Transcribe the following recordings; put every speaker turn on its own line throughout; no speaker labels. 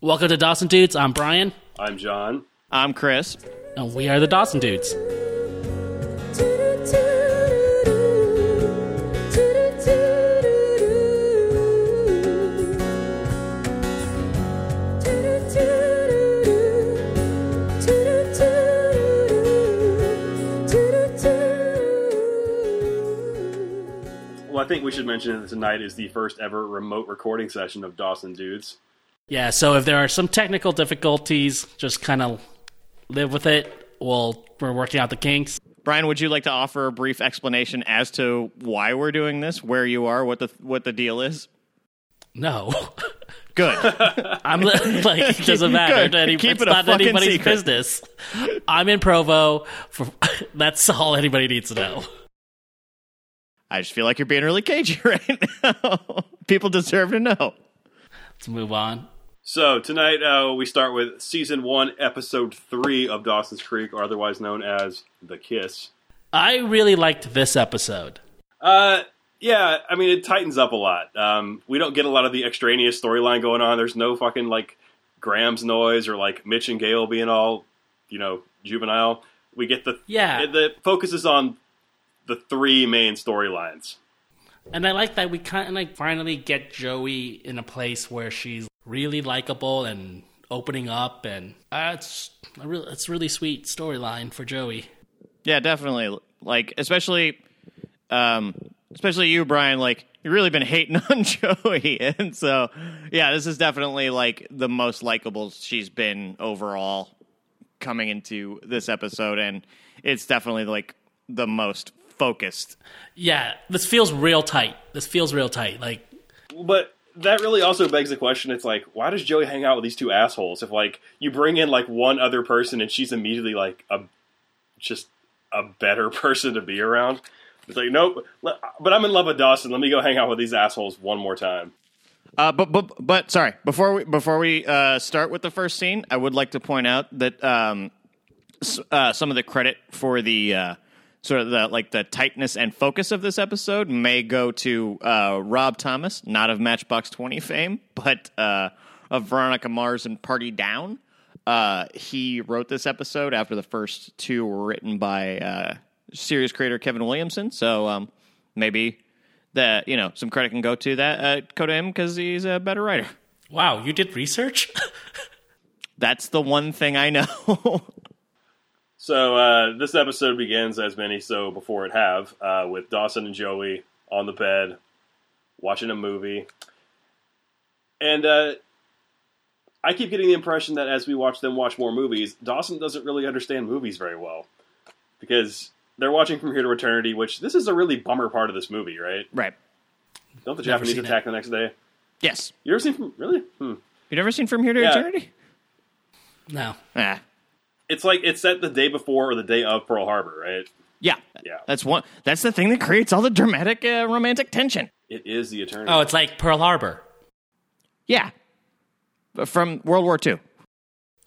Welcome to Dawson Dudes. I'm Brian,
I'm John.
I'm Chris.
and we are the Dawson Dudes.
Well, I think we should mention that tonight is the first ever remote recording session of Dawson Dudes.
Yeah, so if there are some technical difficulties, just kind of live with it. We'll, we're working out the kinks.
Brian, would you like to offer a brief explanation as to why we're doing this, where you are, what the what the deal is?
No.
Good.
I'm li- like it doesn't matter.
Good.
To any,
Keep
it's
it a
not
fucking
anybody's
secret.
business. I'm in Provo. For, that's all anybody needs to know.
I just feel like you're being really cagey right now. People deserve to know.
Let's move on.
So tonight uh, we start with season one, episode three of Dawson's Creek, or otherwise known as The Kiss.
I really liked this episode.
Uh, yeah, I mean it tightens up a lot. Um, we don't get a lot of the extraneous storyline going on. There's no fucking like Graham's noise or like Mitch and Gail being all you know juvenile. We get the
Yeah.
it- The focus is on the three main storylines.
And I like that we kind of like finally get Joey in a place where she's really likable and opening up, and uh, it's a real, it's a really sweet storyline for Joey.
Yeah, definitely. Like, especially, um, especially you, Brian. Like, you've really been hating on Joey, and so yeah, this is definitely like the most likable she's been overall coming into this episode, and it's definitely like the most focused.
Yeah, this feels real tight. This feels real tight. Like
But that really also begs the question: It's like, why does Joey hang out with these two assholes? If like you bring in like one other person and she's immediately like a just a better person to be around. It's like, nope. le- But I'm in love with Dawson. Let me go hang out with these assholes one more time.
Uh, but but but sorry. Before we before we uh, start with the first scene, I would like to point out that um, s- uh, some of the credit for the uh, sort of the like the tightness and focus of this episode may go to uh, Rob Thomas, not of Matchbox Twenty fame, but uh, of Veronica Mars and Party Down. Uh, he wrote this episode after the first two were written by uh, series creator Kevin Williamson. So um, maybe that you know some credit can go to that uh, go to him because he's a better writer.
wow, you did research.
That's the one thing I know.
So uh, this episode begins as many so before it have uh, with Dawson and Joey on the bed watching a movie, and uh, I keep getting the impression that as we watch them watch more movies, Dawson doesn't really understand movies very well because they're watching From Here to Eternity, which this is a really bummer part of this movie, right?
right.
Don't the
Never
Japanese
seen it.
attack the next day?
Yes.
You ever seen from really? Hmm.
You never seen From Here to
Yeah.
Eternity?
no,
Ah.
It's like it's set the day before or the day of Pearl Harbor, right?
Yeah.
Yeah.
That's one. That's the thing that creates all the dramatic uh, romantic tension.
It is the Eternity.
oh, it's like Pearl Harbor
Yeah. From World War II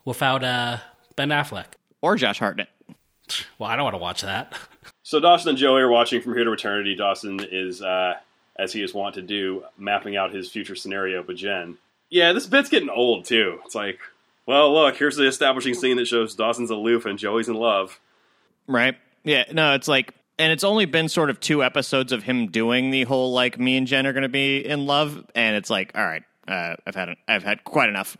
without uh, Ben Affleck.
or Josh Hartnett.
Well, I don't want to watch that.
So Dawson and Joey are watching from here to eternity. Dawson is, uh, as he is wont to do, mapping out his future scenario with Jen. Yeah, this bit's getting old too. It's like, well, look, here's the establishing scene that shows Dawson's aloof and Joey's in love.
Right. Yeah. No, it's like, and it's only been sort of two episodes of him doing the whole like me and Jen are going to be in love, and it's like, all right, uh, I've had I've had quite enough.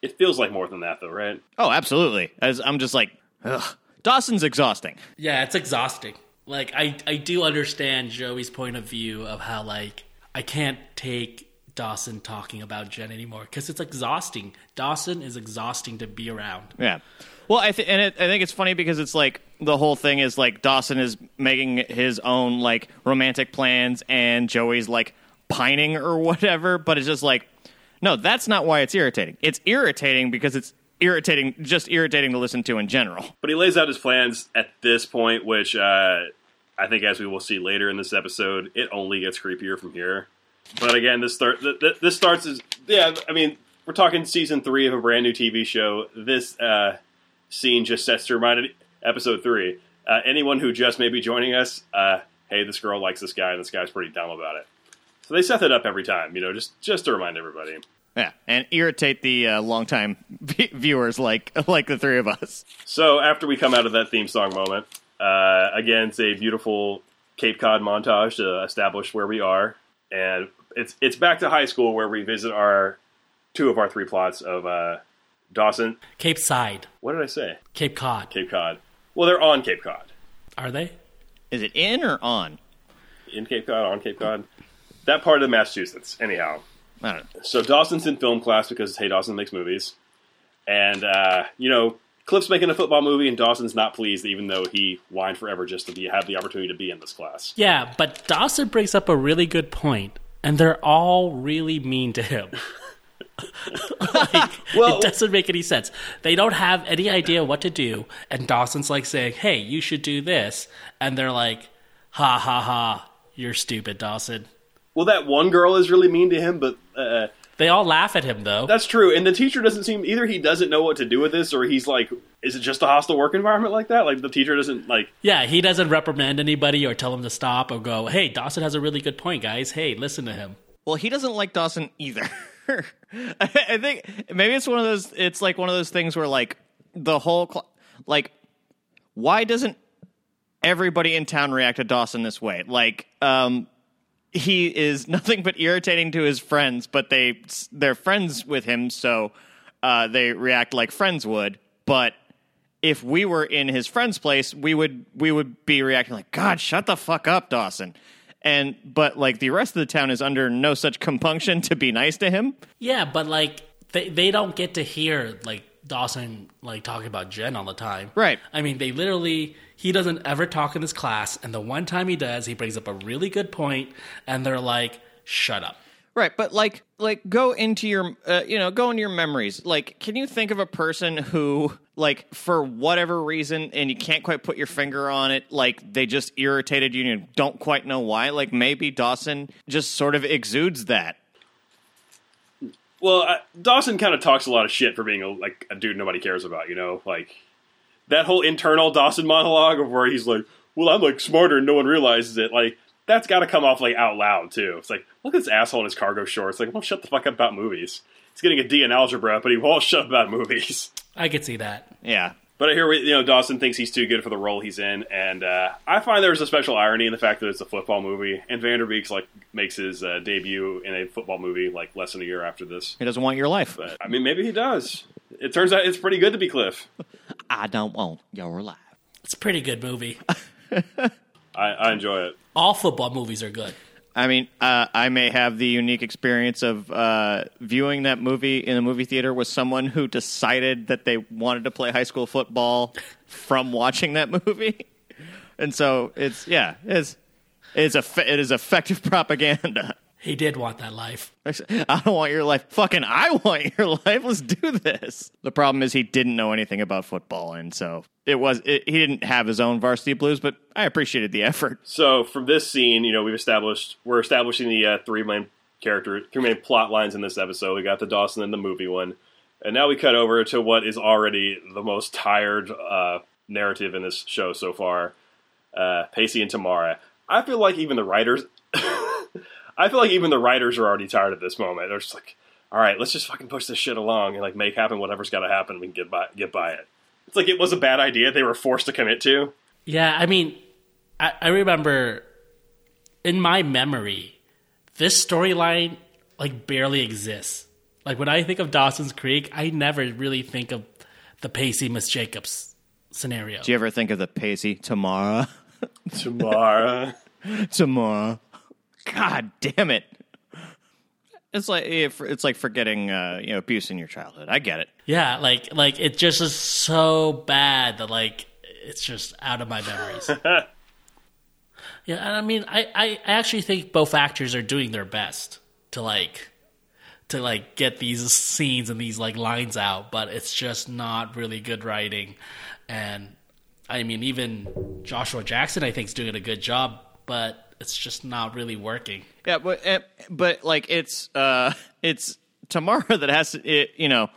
It feels like more than that, though, right?
Oh, absolutely. As I'm just like, ugh. Dawson's exhausting.
Yeah, it's exhausting. Like I I do understand Joey's point of view of how like I can't take Dawson talking about Jen anymore cuz it's exhausting. Dawson is exhausting to be around.
Yeah. Well, I th- and it, I think it's funny because it's like the whole thing is like Dawson is making his own like romantic plans and Joey's like pining or whatever, but it's just like no, that's not why it's irritating. It's irritating because it's irritating just irritating to listen to in general.
But he lays out his plans at this point, which uh, I think, as we will see later in this episode, it only gets creepier from here. But again, this start th- th- this starts as yeah. I mean, we're talking season three of a brand new TV show. This uh, scene just sets to remind episode three. Uh, anyone who just may be joining us, uh, hey, this girl likes this guy, and this guy's pretty dumb about it. So they set that up every time, you know, just just to remind everybody.
Yeah, and irritate the uh, longtime v- viewers like like the three of us.
So after we come out of that theme song moment, uh, again, it's a beautiful Cape Cod montage to establish where we are, and it's it's back to high school where we visit our two of our three plots of uh, Dawson.
Cape Side,
What did I say?
Cape Cod.
Cape Cod. Well, they're on Cape Cod.
Are they?
Is it in or on?
in Cape Cod, on Cape Cod, that part of Massachusetts. Anyhow,
I don't know.
so Dawson's in film class because hey, Dawson makes movies, and uh, you know Cliff's making a football movie, and Dawson's not pleased, even though he whined forever just to be have the opportunity to be in this class.
Yeah, but Dawson brings up a really good point, and they're all really mean to him. like,
Well-
it doesn't make any sense. They don't have any idea what to do, and Dawson's like saying, "Hey, you should do this," and they're like, "Ha ha ha, you're stupid, Dawson."
Well, that one girl is really mean to him, but uh,
They all laugh at him though.
that's true. And the teacher doesn't seem either he doesn't know what to do with this, or he's like, is it just a hostile work environment like that? Like the teacher doesn't like.
Yeah, he doesn't reprimand anybody or tell him to stop or go, "Hey, Dawson has a really good point, guys. Hey, listen to him."
Well, he doesn't like Dawson either. I I think maybe it's one of those. It's like one of those things where like the whole cl- like why doesn't everybody in town react to Dawson this way? Like, um, he is nothing but irritating to his friends, but they they're friends with him, so uh, they react like friends would. But if we were in his friend's place, we would we would be reacting like God, shut the fuck up, Dawson. And but like the rest of the town is under no such compunction to be nice to him.
Yeah, but like they they don't get to hear like Dawson like talking about Jen all the time.
Right.
I mean, they literally he doesn't ever talk in this class, and the one time he does, he brings up a really good point, and they're like, "Shut up."
Right, but like like go into your uh, you know, go into your memories. Like can you think of a person who like for whatever reason and you can't quite put your finger on it, like they just irritated you and you don't quite know why? Like maybe Dawson just sort of exudes that.
Well, uh, Dawson kind of talks a lot of shit for being a, like a dude nobody cares about, you know, like that whole internal Dawson monologue of where he's like, "Well, I'm like smarter and no one realizes it." Like that's got to come off like out loud too. It's like, look at this asshole in his cargo shorts. Like, well, shut the fuck up about movies. He's getting a D in algebra, but he won't shut up about movies.
I could see that.
Yeah.
But I hear you know Dawson thinks he's too good for the role he's in, and uh, I find there's a special irony in the fact that it's a football movie, and Vanderbeek's like makes his uh, debut in a football movie like less than a year after this.
He doesn't want your life.
But I mean, maybe he does. It turns out it's pretty good to be Cliff.
I don't want your life.
It's a pretty good movie.
I, I enjoy it.
all football movies are good.
I mean, uh, I may have the unique experience of uh, viewing that movie in a movie theater with someone who decided that they wanted to play high school football from watching that movie, and so it's yeah, it's it's a it is effective propaganda.
He did want that life.
I don't want your life. Fucking, I want your life. Let's do this. The problem is he didn't know anything about football, and so it was it, he didn't have his own varsity blues. But I appreciated the effort.
So from this scene, you know, we've established we're establishing the uh, three main character, three main plot lines in this episode. We got the Dawson and the movie one, and now we cut over to what is already the most tired uh, narrative in this show so far. Uh, Pacey and Tamara. I feel like even the writers, I feel like even the writers are already tired at this moment. They're just like, all right, let's just fucking push this shit along and like make happen whatever's got to happen. We can get by, get by it. It's like it was a bad idea they were forced to commit to.
Yeah, I mean, I, I remember in my memory, this storyline like barely exists. Like when I think of Dawson's Creek, I never really think of the Pacey Miss Jacobs scenario.
Do you ever think of the Pacey Tamara?
Tamara.
tomorrow. God damn it! It's like if- it's like forgetting uh, you know abuse in your childhood. I get it.
Yeah, like like it just is so bad that like it's just out of my memories. yeah, and I mean, I, I I actually think both actors are doing their best to like to like get these scenes and these like lines out, but it's just not really good writing. And I mean, even Joshua Jackson, I think, is doing a good job, but it's just not really working.
Yeah, but eh, but like it's uh it's Tamara that has to it, you know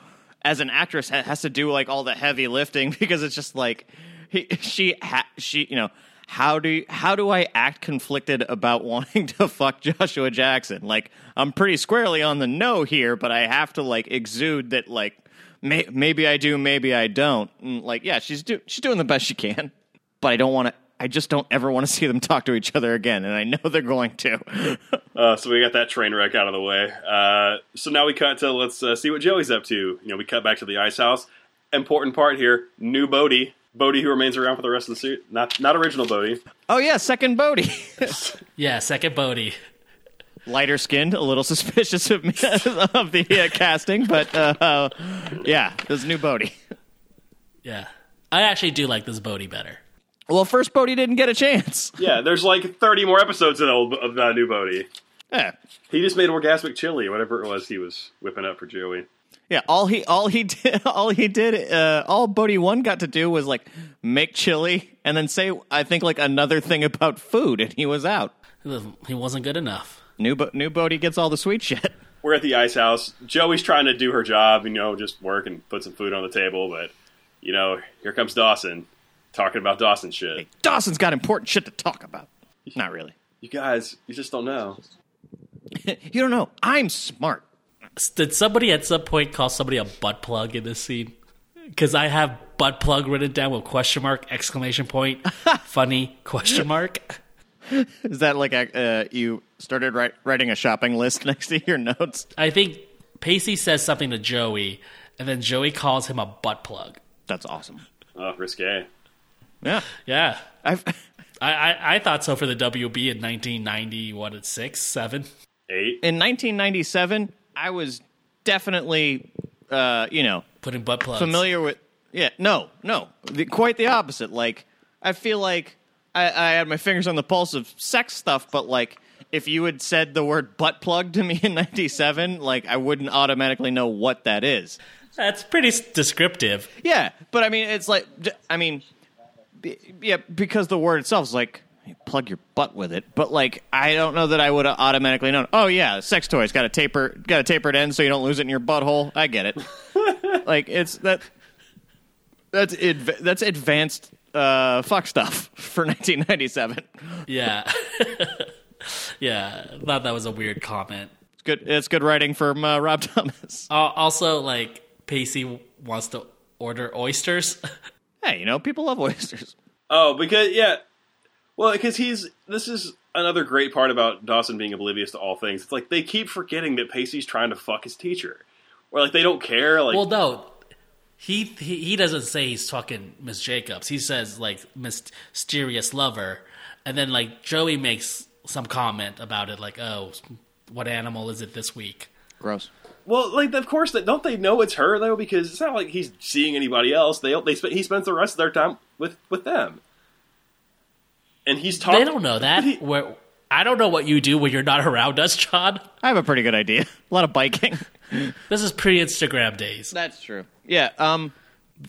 as an actress ha- has to do like all the heavy lifting because it's just like he, she ha- she you know how do how do I act conflicted about wanting to fuck Joshua Jackson? Like I'm pretty squarely on the no here, but I have to like exude that like may, maybe I do, maybe I don't. And, like yeah, she's do, she's doing the best she can, but I don't want to. I just don't ever want to see them talk to each other again, and I know they're going to.
Uh, so we got that train wreck out of the way. Uh, so now we cut to let's uh, see what Joey's up to. You know, we cut back to the ice house. Important part here: new Bodhi, Bodhi who remains around for the rest of the series. Not not original Bodhi.
oh yeah, second Bodie,
Yeah, second Bodhi.
lighter skinned, a little suspicious of me, of the uh, casting, but uh, uh, yeah, this new Bodie.
Yeah. I actually do like this Bodhi better.
Well, first Bodie didn't get a chance.
Yeah, there's like 30 more episodes of, the old, of uh, new Bodhi.
Yeah.
He just made orgasmic chili, whatever it was he was whipping up for Joey.
Yeah, all he all he did all he did uh, all Bodie one got to do was like make chili and then say I think like another thing about food and he was out.
He wasn't good enough.
New Bo- new Bodie gets all the sweet shit.
We're at the ice house. Joey's trying to do her job, you know, just work and put some food on the table. But you know, here comes Dawson talking about Dawson shit.
Dawson's got important shit to talk about. Not really.
You guys, you just don't know.
You don't know. I'm smart.
S- Did somebody at some point call somebody a butt plug in this scene? Because I have butt plug written down with question mark, exclamation point, funny, question mark.
Is that like a, uh, you started write, writing a shopping list next to your notes?
I think Pacey says something to Joey, and then Joey calls him a butt plug.
That's awesome.
Oh, risque.
Yeah.
Yeah.
I've
I, I, I thought so for the WB in 1990, what, at six, seven?
Eight.
in 1997 I was definitely uh, you know,
Putting butt plugs.
familiar with yeah no no the, quite the opposite like i feel like I, I had my fingers on the pulse of sex stuff but like if you had said the word butt plug to me in 97 like i wouldn't automatically know what that is
That's pretty s- descriptive.
yeah but i mean it's like d- i mean b- yeah because the word itself is like you plug your butt with it but like i don't know that i would have automatically known oh yeah sex toys got a taper got a tapered end so you don't lose it in your butthole i get it like it's that that's adv- that's advanced uh fuck stuff for 1997
Yeah. yeah. I Thought that was a weird comment.
it's good it's good writing from uh, rob thomas
Uh, also, like, Pacey wants to order oysters.
hey you know people love oysters
Oh, because yeah, well, because he's this is another great part about Dawson being oblivious to all things. It's like they keep forgetting that Pacey's trying to fuck his teacher, or like they don't care. Like
well, no. He, he he doesn't say he's fucking Miss Jacobs. He says like mysterious lover, and then like Joey makes some comment about it, like, "Oh, what animal is it this week?"
gross
Well, like of course, that don't they know it's her though? Because it's not like he's seeing anybody else. They they spend, he spends the rest of their time with with them, and he's talking.
They don't know that. Where I don't know what you do when you're not around us, John.
i have a pretty good idea a lot of biking
This is pre-Instagram days.
that's true yeah um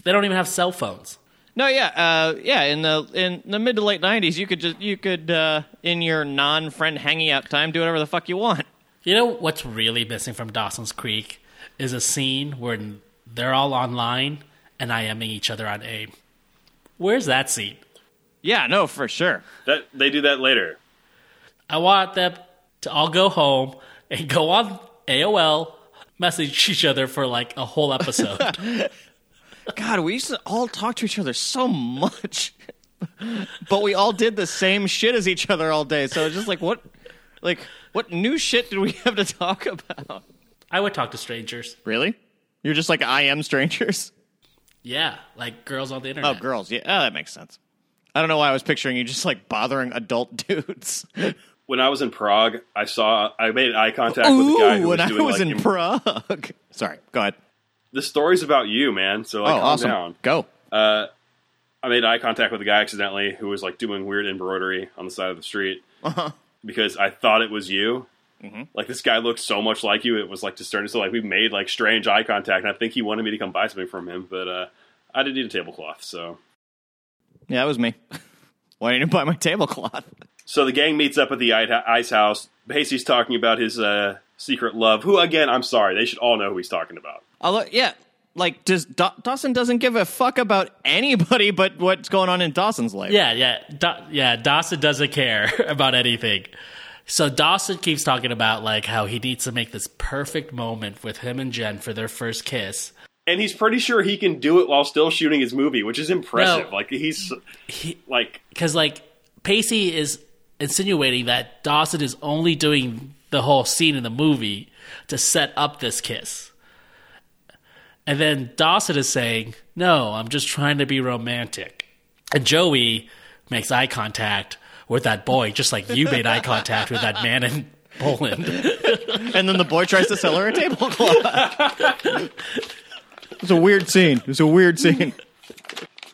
They don't even have cell phones.
No, yeah, uh, yeah. In the in the mid to late nineties, you could just you could uh, in your non friend hanging out time do whatever the fuck you want.
You know what's really missing from Dawson's Creek is a scene where they're all online and I am each other on AIM. Where's that scene?
Yeah, no, for sure.
That they do that later.
I want them to all go home and go on AOL, message each other for like a whole episode.
God, we used to all talk to each other so much, but we all did the same shit as each other all day. So it's just like what, like what new shit did we have to talk about?
I would talk to strangers.
Really? You're just like I am strangers.
Yeah, like girls on the
Oh,
internet.
girls. Yeah, oh, that makes sense. I don't know why I was picturing you just like bothering adult dudes.
When I was in Prague, I saw I made eye contact with
Ooh,
a guy who was
when I
doing
was
like
in
im-
Prague. Sorry, go ahead.
the story's about you, man. So like,
oh,
calm
awesome.
down.
Go.
Uh, I made eye contact with a guy accidentally who was like doing weird embroidery on the side of the street because I thought it was you. Like this guy looked so much like you, it was like discerning. So like we made like strange eye contact, and I think he wanted me to come buy something from him, but uh, I didn't need a tablecloth. So
Yeah, that was me. Why didn't you buy my tablecloth?
so the gang meets up at the i- ice house. Pacey's talking about his uh, secret love. Who again? I'm sorry, they should all know who he's talking about.
Although, yeah, like just da- Dawson doesn't give a fuck about anybody but what's going on in Dawson's life.
Yeah, yeah, da- yeah. Dawson doesn't care about anything. So Dawson keeps talking about like how he needs to make this perfect moment with him and Jen for their first kiss.
and he's pretty sure he can do it while still shooting his movie, which is impressive.
No.
Like he's
He,
like
because like Pacey is insinuating that Dawson is only doing the whole scene in the movie to set up this kiss, and then Dawson is saying, "No, I'm just trying to be romantic," and Joey makes eye contact with that boy, just like you made eye contact with that man in Poland.
And then the boy tries to sell her a tablecloth. it's a weird scene. It's a weird scene.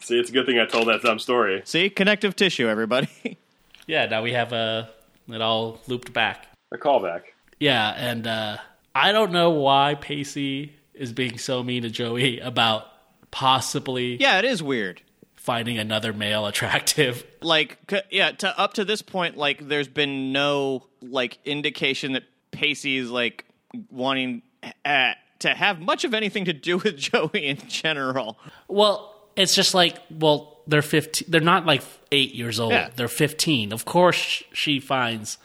see, it's a good thing I told that dumb story.
See, connective tissue, everybody.
yeah, now we have uh, it all looped back.
A callback.
Yeah, and uh, I don't know why Pacey is being so mean to Joey about possibly
Yeah, it is weird.
finding another male attractive.
Like, c- yeah, to up to this point, like, there's been no like indication that Pacey is like wanting uh, to have much of anything to do with Joey in general.
Well, it's just like, well, they're 15. They're not like eight years old.
Yeah.
They're 15. Of course sh- she finds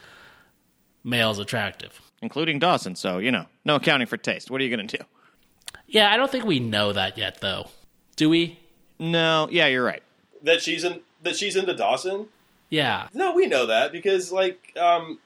males attractive.
including Dawson. So you know, no accounting for taste. What are you going to do?
Yeah, I don't think we know that yet, though. Do we?
No, yeah, you're right.
That she's in that she's into Dawson.
Yeah.
No, we know that because like um,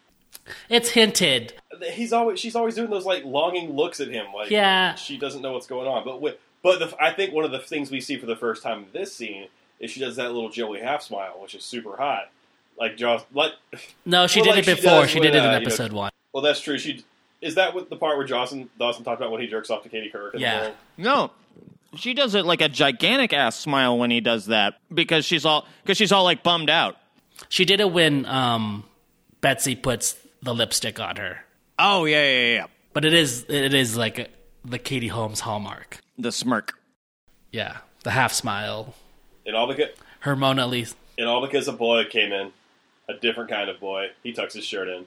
It's hinted.
he's always she's always doing those like longing looks at him. Like
Yeah.
she doesn't know what's going on. But wi- but the, I think one of the things we see for the first time in this scene is she does that little Joey half smile, which is super hot. Like Jaws, like
No, she
Well,
did
like
it
she
before.
does
She,
with,
did it in
uh, you know,
episode one.
well, that's true. She is that what the part where Dawson Dawson talked about when he jerks off to Katie Couric? in the
Yeah.
morning?
No, she does it like a gigantic ass smile when he does that because she's all because she's all like bummed out.
She did it when um, Betsy puts the lipstick on her.
Oh yeah, yeah, yeah, yeah.
But it is it is like the Katie Holmes hallmark.
The smirk.
Yeah, the half smile.
and all the
Her Mona Lisa.
and all because a boy came in, a different kind of boy. He tucks his shirt in.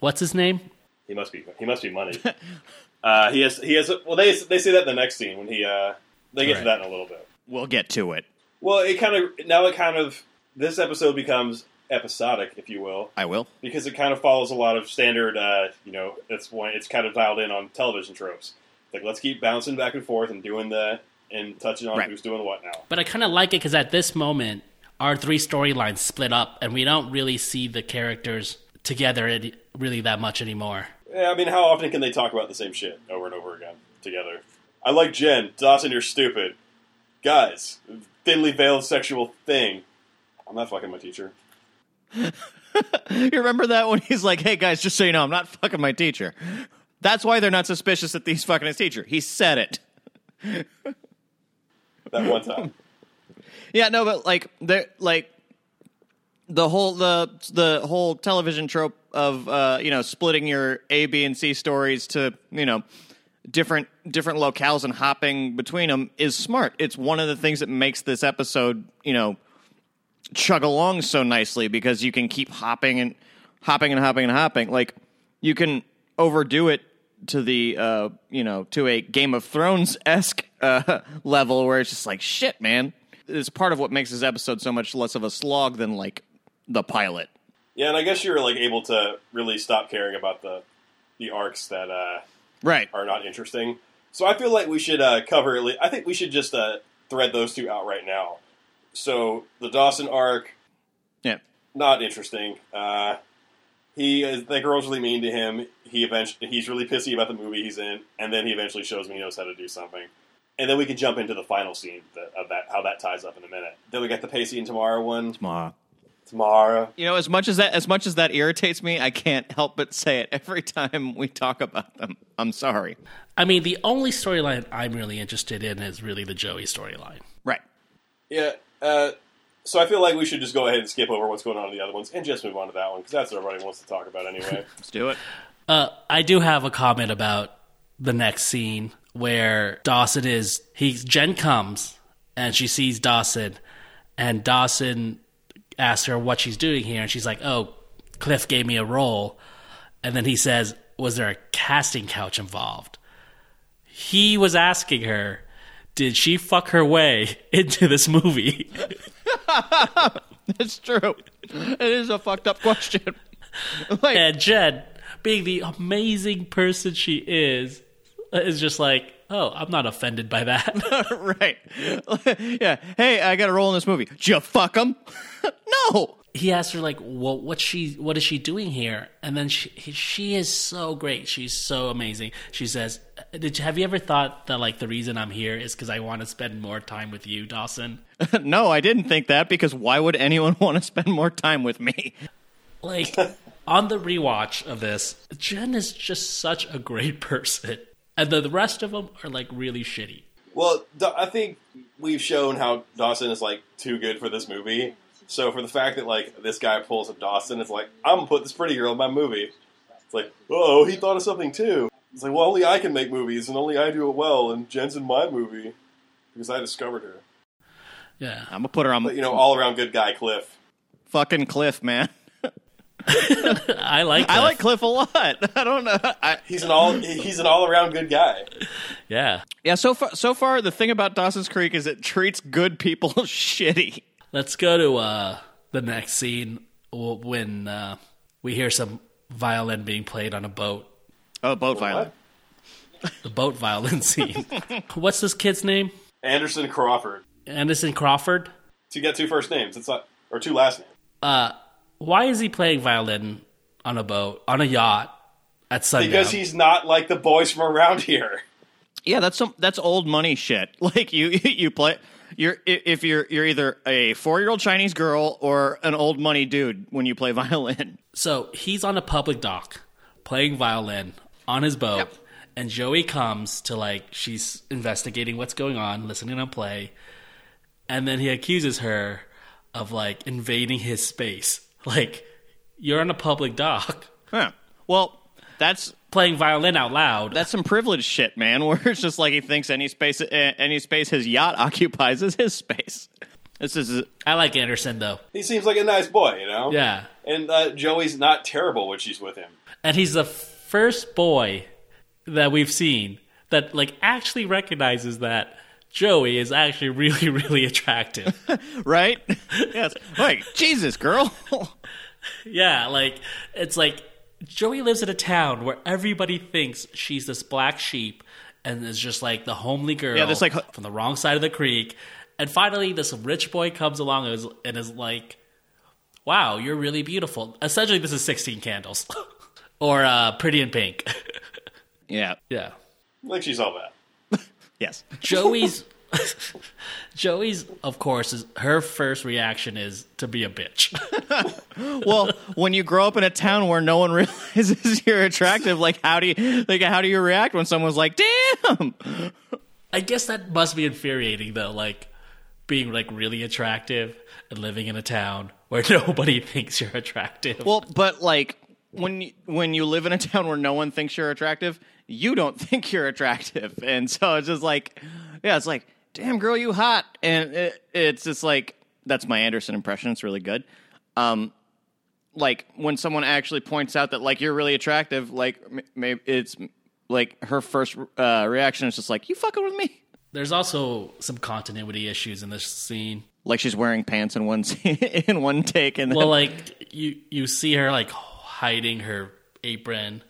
What's his name?
He must be he must be money. uh, he has he has well they they say that in the next scene when he uh, they get to
Right.
that in a little bit.
We'll get to it.
Well, it kind of now it kind of this episode becomes episodic, if you will,
I will.
because it kind of follows a lot of standard. Uh, you know, it's one it's kind of dialed in on television tropes. Like let's keep bouncing back and forth and doing the and touching on
Right.
who's doing what now.
But I kind of like it because at this moment, our three storylines split up, and we don't really see the characters together any- really that much anymore.
Yeah, I mean, how often can they talk about the same shit over and over again together? I like Jen. Dawson, you're stupid. Guys, thinly veiled sexual thing. I'm not fucking my teacher.
You remember that when he's like, "Hey guys, just so you know, I'm not fucking my teacher." That's why they're not suspicious that he's fucking his teacher. He said it.
That one time.
Yeah, no, but like the like the whole the the whole television trope of uh, you know splitting your A, B, and C stories to you know different different locales and hopping between them is smart. It's one of the things that makes this episode you know chug along so nicely because you can keep hopping and hopping and hopping and hopping. Like you can overdo it to the uh, you know to a Game of Thrones esque uh, level where it's just like shit, man. It's part of what makes this episode so much less of a slog than like the pilot.
Yeah, and I guess you were like able to really stop caring about the the arcs that uh,
Right.
are not interesting. So I feel like we should uh, cover. At least, I think we should just uh, thread those two out right now. So the Dawson arc,
Yeah.
not interesting. Uh, he is, the girl's really mean to him. He eventually he's really pissy about the movie he's in, and then he eventually shows me he knows how to do something. And then we can jump into the final scene that, of that how that ties up in a minute. Then we got the Pacey and Tamara one.
Ma.
Tamara,
You know, as much as that as much as that irritates me, I can't help but say it every time we talk about them. I'm sorry.
I mean, the only storyline I'm really interested in is really the Joey storyline.
Right.
yeah. Uh, so I feel like we should just go ahead and skip over what's going on in the other ones and just move on to that one because that's what everybody wants to talk about anyway.
Let's do it.
Uh, I do have a comment about the next scene where Dawson is. He Jen comes and she sees Dawson, and Dawson asks her what she's doing here, and she's like, "Oh, Cliff gave me a role," and then he says, "Was there a casting couch involved?" He was asking her did she fuck her way into this movie?
It's true. It is a fucked up question. Like,
and Jen, being the amazing person she is, is just like, oh, I'm not offended by that.
right. yeah. Hey, I got a role in this movie. Did you fuck him? no.
he asked her like, well, what's she? What is she doing here? And then she he- she is so great. She's so amazing. She says, "Uh, did you, have you ever thought that like the reason I'm here is because I want to spend more time with you, Dawson?
no, I didn't think that because why would anyone want to spend more time with me?
Like on the rewatch of this, Jen is just such a great person, and the, the rest of them are like really shitty.
Well, Do- I think we've shown how Dawson is like too good for this movie. So for the fact that like this guy pulls up Dawson, it's like I'm gonna put this pretty girl in my movie. It's like, oh, he thought of something too. It's like, well, only I can make movies, and only I do it well, and Jen's in my movie because I discovered her.
Yeah.
I'm gonna put her on
But you know, all around good guy Cliff.
fucking Cliff, man.
I like.
I
that.
like Cliff a lot. I don't know. I,
He's an all he's an all around good guy.
Yeah.
yeah, so far, so far, the thing about Dawson's Creek is it treats good people shitty.
Let's go to uh, the next scene w- when uh, we hear some violin being played on a boat.
Oh, boat violin.
What?
The boat violin scene. What's this kid's name?
Anderson Crawford.
Anderson Crawford.
So you got two first names. It's not or two last names.
Why is he playing violin on a boat on a yacht at sundown?
Because he's not like the boys from around here.
Yeah, that's some that's old money shit. Like you you play you're i- if you're you're either a 4-year-old Chinese girl or an old money dude when you play violin.
So he's on a public dock playing violin on his boat, and Joey comes to like she's investigating what's going on, listening to him play, and then he accuses her of like invading his space. Like, you're on a public dock
Huh. Well, that's
playing violin out loud.
that's some privileged shit, man. Where it's just like he thinks any space eh, any space his yacht occupies is his space. This is
I like Anderson though.
He seems like a nice boy, you know.
Yeah.
And uh, Joey's not terrible when she's with him.
And he's the first boy that we've seen that like actually recognizes that Joey is actually really, really attractive.
right. yes. Like Jesus, girl.
Yeah, like it's like Joey lives in a town where everybody thinks she's this black sheep and is just like the homely girl
Yeah, this, like, hu-
from the wrong side of the creek. And finally this rich boy comes along and is, and is like, "Wow, you're really beautiful." Essentially this is 16 candles or uh Pretty in Pink.
yeah.
yeah.
Like she's all that.
Yes.
Joey's Joey's of course is her first reaction is to be a bitch.
Well, when you grow up in a town where no one realizes you're attractive, like how do you like how do you react when someone's like, "Damn."
I guess that must be infuriating though, like being like really attractive and living in a town where nobody thinks you're attractive.
Well, but like when you, when you live in a town where no one thinks you're attractive, you don't think you're attractive, and so it's just like, yeah, it's like, damn girl, you hot, and it, it's just like that's my Anderson impression. It's really good. Um, like when someone actually points out that like you're really attractive, like maybe it's like her first uh, reaction is just like, you fucking with me.
There's also some continuity issues in this scene.
Like she's wearing pants in one scene, in one take, and then,
Well, like you you see her like hiding her apron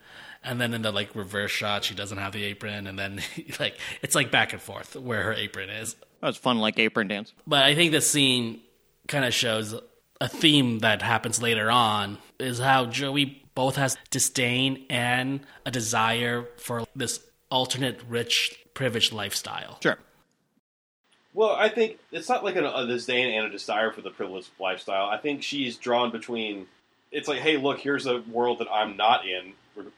and then in the like reverse shot she doesn't have the apron and then like it's like back and forth where her apron is.
that was fun, like apron dance.
But I think this scene kind of shows a theme that happens later on is how Joey both has disdain and a desire for this alternate rich privileged lifestyle.
Sure.
Well, I think it's not like an, a disdain and a desire for the privileged lifestyle. I think she's drawn between. It's like, hey, look, here's a world that I'm not in,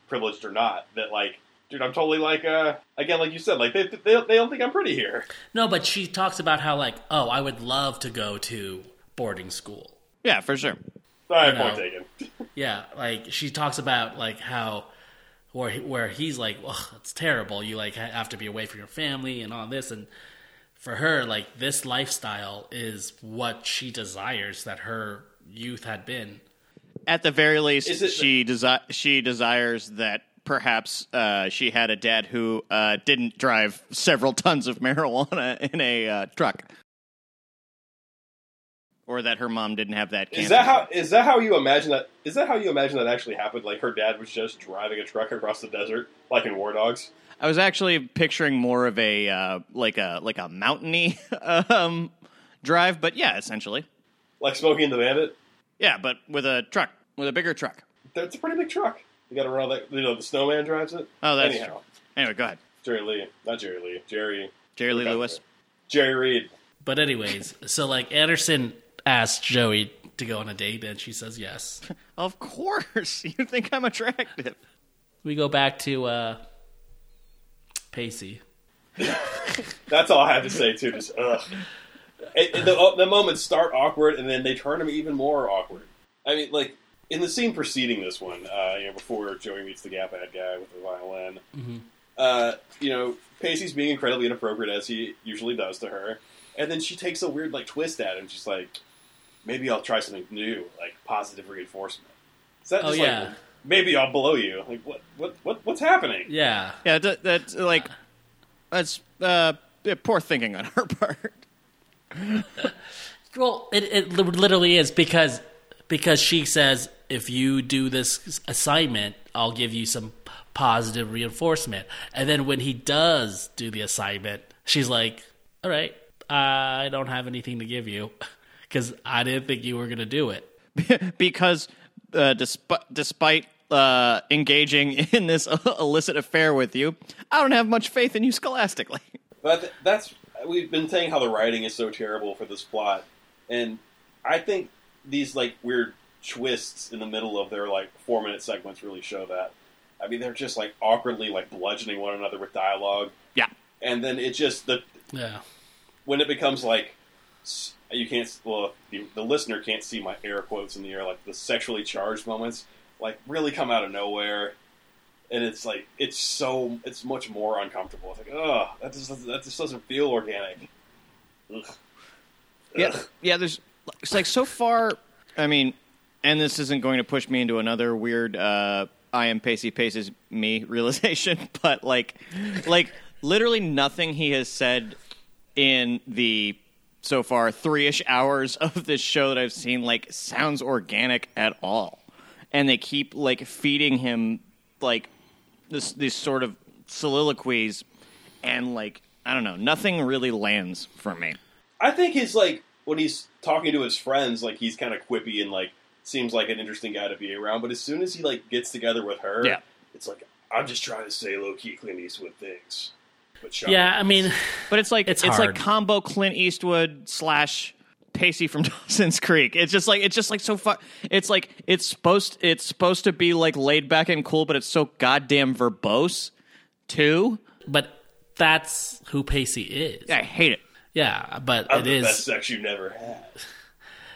privileged or not. That like, dude, I'm totally like, uh, again, like you said, like they they, they don't think I'm pretty here.
No, but she talks about how like, "Oh, I would love to go to boarding school."
Yeah, for sure.
All right,
No.
point taken.
Yeah, like she talks about like how where he- where he's like, "Ugh, it's terrible. You like ha- have to be away from your family and all this." And for her, like this lifestyle is what she desires that her youth had been.
at the very least,
Is it-
she desi- she desires that perhaps uh, she had a dad who uh, didn't drive several tons of marijuana in a uh, truck, or that her mom didn't have that.
Is
Cancer.
that how is that how you imagine that is that how you imagine that actually happened? Like her dad was just driving a truck across the desert, like in War Dogs.
I was actually picturing more of a uh, like a like a mountainy um, drive, but yeah, essentially,
Like Smoking the Bandit.
yeah, but with a truck, with a bigger truck.
That's a pretty big truck. You gotta run all that you know, the snowman drives it.
Oh, that's
Anyhow,
true. Anyway, go ahead,
Jerry Lee. Not Jerry Lee. Jerry
Jerry Lee Lewis.
Jerry Reed.
But anyways, so like Anderson asked Joey to go on a date, and she says yes.
Of course, you think I'm attractive.
We go back to uh, Pacey.
That's all I have to say too. Just ugh. It- it- the, the moments start awkward, and then they turn them even more awkward. I mean, like in the scene preceding this one, uh, you know, before Joey meets the Gap Ad guy with the violin,
Mm-hmm.
uh, you know, Pacey's being incredibly inappropriate as he usually does to her, and then she takes a weird like twist at him, just like maybe I'll try something new, like positive reinforcement. Is that
Oh,
just
yeah.
like maybe I'll blow you? Like what what what what's happening?
Yeah,
Yeah, that, that's like that's uh, yeah, poor thinking on her part.
Well, it, it li- literally is because because she says if you do this assignment, I'll give you some positive reinforcement. And then when he does do the assignment, she's like, "All right, I don't have anything to give you because I didn't think you were gonna do it."
because uh, desp- despite uh, engaging in this illicit affair with you, I don't have much faith in you scholastically.
But that's we've been saying how the writing is so terrible for this plot, and I think these like weird twists in the middle of their like four minute segments really show that. I mean, they're just like awkwardly like bludgeoning one another with dialogue,
Yeah,
and then it just the
Yeah,
when it becomes like s- you can't s- well the, the listener can't see my air quotes in the air like the sexually charged moments like really come out of nowhere and it's like it's so it's much more uncomfortable it's like oh that just doesn't- that just doesn't feel organic Ugh.
yeah, yeah. There's it's like so far. I mean, and this isn't going to push me into another weird uh, I am Pacey Paces me realization, but like, like literally nothing he has said in the so far three ish hours of this show that I've seen like sounds organic at all, and they keep like feeding him like this these sort of soliloquies, and like I don't know, nothing really lands for me.
I think he's like when he's talking to his friends, like he's kind of quippy and like seems like an interesting guy to be around. But as soon as he like gets together with her,
Yeah.
it's like I'm just trying to say low key Clint Eastwood things. But Sean-
yeah. I mean,
But it's like
It's
it's,
hard.
like combo Clint Eastwood slash Pacey from Dawson's Creek. It's just like it's just like so far. It's like it's supposed it's supposed to be like laid back and cool, but it's so goddamn verbose too.
but that's who Pacey is.
I hate it.
Yeah, but
I'm
it
the
is
best sex you never had.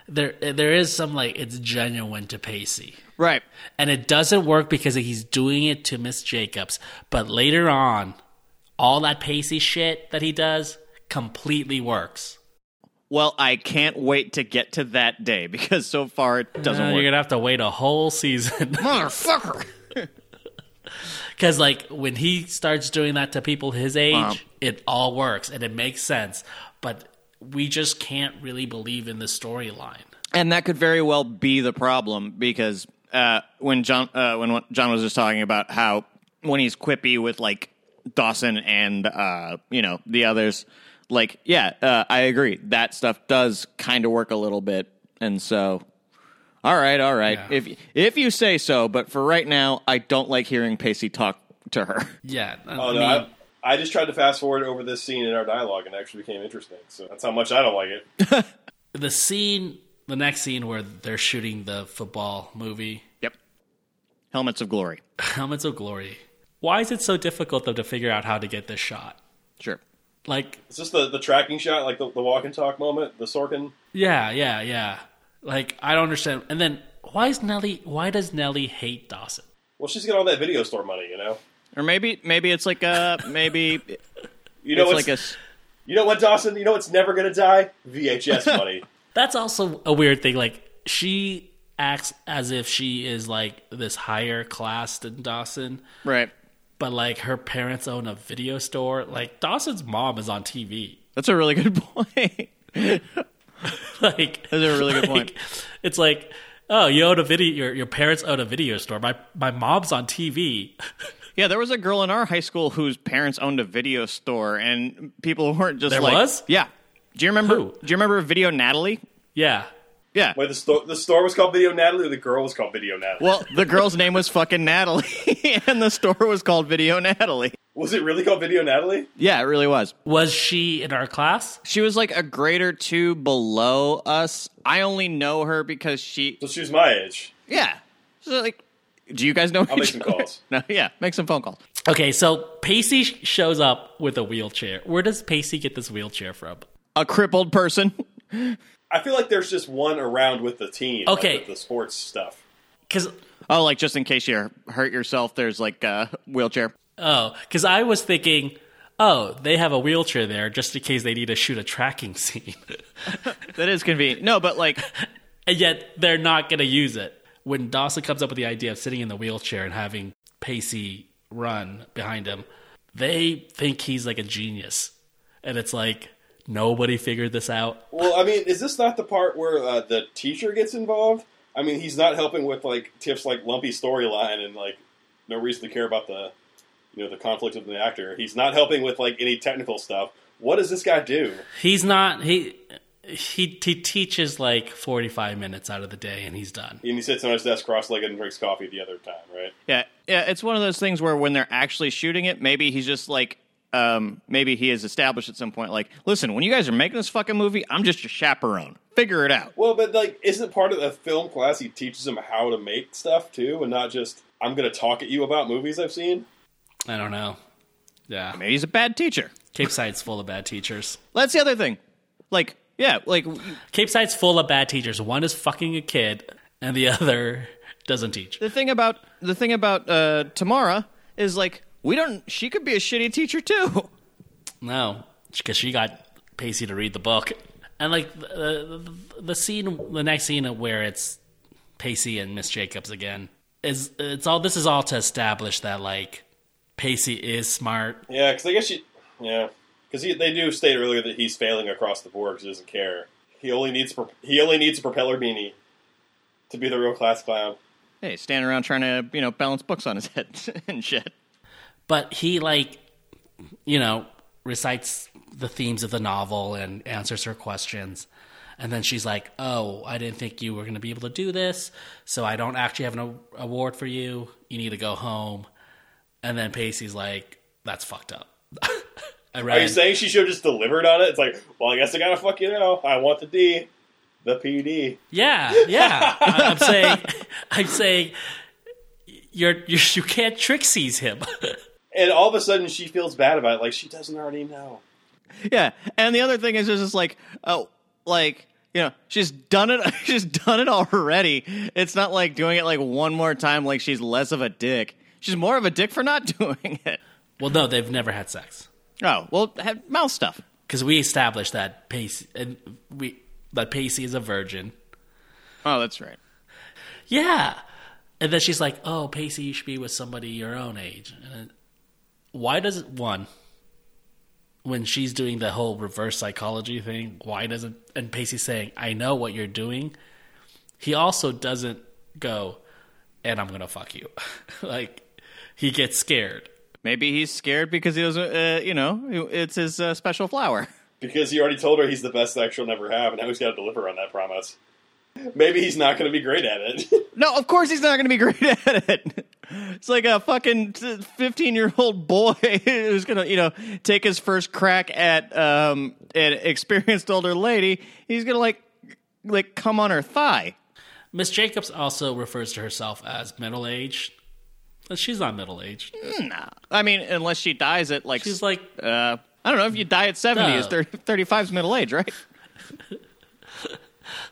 there. There is some like it's genuine to Pacey.
Right.
and it doesn't work because he's doing it to Miss Jacobs. But later on, all that pacey shit that he does completely works.
Well, I can't wait to get to that day because so far it doesn't
Uh, you're
work.
gonna have to wait a whole season
Motherfucker.
because, like, when he starts doing that to people his age, it all works and it makes sense. But we just can't really believe in the storyline.
and that could very well be the problem because uh, when John uh, when John was just talking about how when he's quippy with like Dawson and uh, you know the others, like yeah, uh, I agree that stuff does kind of work a little bit, and so all right, all right,
Yeah.
if if you say so, but for right now, I don't like hearing Pacey talk to her.
Yeah. I
Oh no,
mean-
I, I just tried to fast forward over this scene in our dialogue and it actually became interesting. So that's how much I don't like it.
the scene, the next scene where they're shooting the football movie.
Yep, helmets of glory,
Helmets of Glory. Why is it so difficult though to figure out how to get this shot?
sure.
Like,
It's just the the tracking shot, like the, the walk and talk moment, the Sorkin.
yeah, yeah, yeah. Like, I don't understand. And then why is Nelly? Why does Nelly hate Dawson?
Well, she's got all that video store money, you know.
Or maybe maybe it's like a maybe
You know
it's
what's
like a s-
you know what Dawson? You know what's never gonna die? VHS money.
That's also a weird thing. Like, she acts as if she is like this higher class than Dawson,
Right.
but like her parents own a video store. Like Dawson's mom is on TV.
That's a really good point.
like
That's a really good
like,
point.
It's like, oh, you own a video. Your your parents own a video store. My my mom's on TV.
Yeah, there was a girl in our high school whose parents owned a video store, and people weren't just
There
like,
was?
yeah. Do you remember?
Who?
Do you remember Video Natalie?
yeah,
Yeah.
Wait, the store the store was called Video Natalie, or the girl was called Video Natalie.
Well, the girl's name was fucking Natalie, and the store was called Video Natalie.
Was it really called Video Natalie?
Yeah, it really was.
was she in our class?
She was like a grade or two below us. I only know her because she.
So she was my age.
Yeah. So like, do you guys know?
I'll make
each
some
other?
calls.
No, yeah, make some phone calls.
Okay, so Pacey sh- shows up with a wheelchair. Where does Pacey get this wheelchair from?
A crippled person.
I feel like there's just one around with the team. like,
Okay.
with the sports stuff.
Because
Oh, like just in case you hurt yourself, there's like a wheelchair.
oh, because I was thinking, oh, they have a wheelchair there just in case they need to shoot a tracking scene,
That is convenient. No, but like,
and yet they're not going to use it. When Dawson comes up with the idea of sitting in the wheelchair and having Pacey run behind him, they think he's like a genius, and it's like nobody figured this out.
Well, I mean, is this not the part where uh, the teacher gets involved? I mean, he's not helping with like Tiff's like lumpy storyline and like no reason to care about the you know the conflict of the actor. He's not helping with like any technical stuff. What does this guy do?
He's not he. He, he teaches like 45 minutes out of the day and he's done.
And he sits on his desk cross-legged and drinks coffee the other time, right?
yeah, yeah, it's one of those things where when they're actually shooting it, maybe he's just like, um, maybe he has established at some point, like, listen, when you guys are making this fucking movie, I'm just your chaperone. Figure it out.
Well, but like, isn't part of the film class he teaches him how to make stuff too, and not just I'm going to talk at you about movies I've seen?
I don't know. Yeah.
Maybe he's a bad teacher.
Cape Side's full of bad teachers.
That's the other thing. Like, yeah, like
Cape Side's full of bad teachers. One is fucking a kid, and the other doesn't teach.
the thing about the thing about uh, Tamara is like we don't. She could be a shitty teacher too.
No, because she got Pacey to read the book. And like the, the, the scene, the next scene where it's Pacey and Miss Jacobs again is it's all this is all to establish that like Pacey is smart.
Yeah, because I guess you, yeah, because they do state earlier that he's failing across the board because he doesn't care. He only needs pro- he only needs a propeller beanie to be the real class clown.
Hey, standing around trying to you know balance books on his head and shit.
but he like you know recites the themes of the novel and answers her questions and then she's like oh i didn't think you were going to be able to do this so i don't actually have an a- award for you you need to go home and then pacey's like that's fucked up i
Are
read
you saying she should have just delivered on it? It's like, well, I guess I gotta fuck you now. I want the D, the PD.
yeah yeah I- i'm saying i'm saying you're, you're you can't trixie's him
And all of a sudden, she feels bad about it. Like she doesn't already know.
Yeah, and the other thing is just like oh, like you know she's done it. She's done it already. It's not like doing it like one more time. Like she's less of a dick. She's more of a dick for not doing it.
well no they've never had sex
Oh well, have mouth stuff.
because we established that Pacey and we that Pacey is a virgin.
Oh, that's right.
Yeah, and then she's like, "Oh, Pacey, you should be with somebody your own age." And then- why does it one when she's doing the whole reverse psychology thing? Why doesn't and Pacey's saying, "I know what you're doing." He also doesn't go, and I'm gonna fuck you. like he gets scared.
Maybe he's scared because he doesn't. Uh, you know, it's his uh, special flower.
Because he already told her he's the best that she'll never have, and now he's got to deliver on that promise. Maybe he's not going to be great at it.
No, of course he's not going to be great at it. It's like a fucking fifteen-year-old boy who's going to, you know, take his first crack at um, an experienced older lady. He's going to like, like, come on her thigh.
Miss Jacobs also refers to herself as middle aged. She's not middle aged.
I mean, unless she dies at like,
She's like
uh, I don't know if you die at seventy,
No.
is 30, 35 is middle age, right?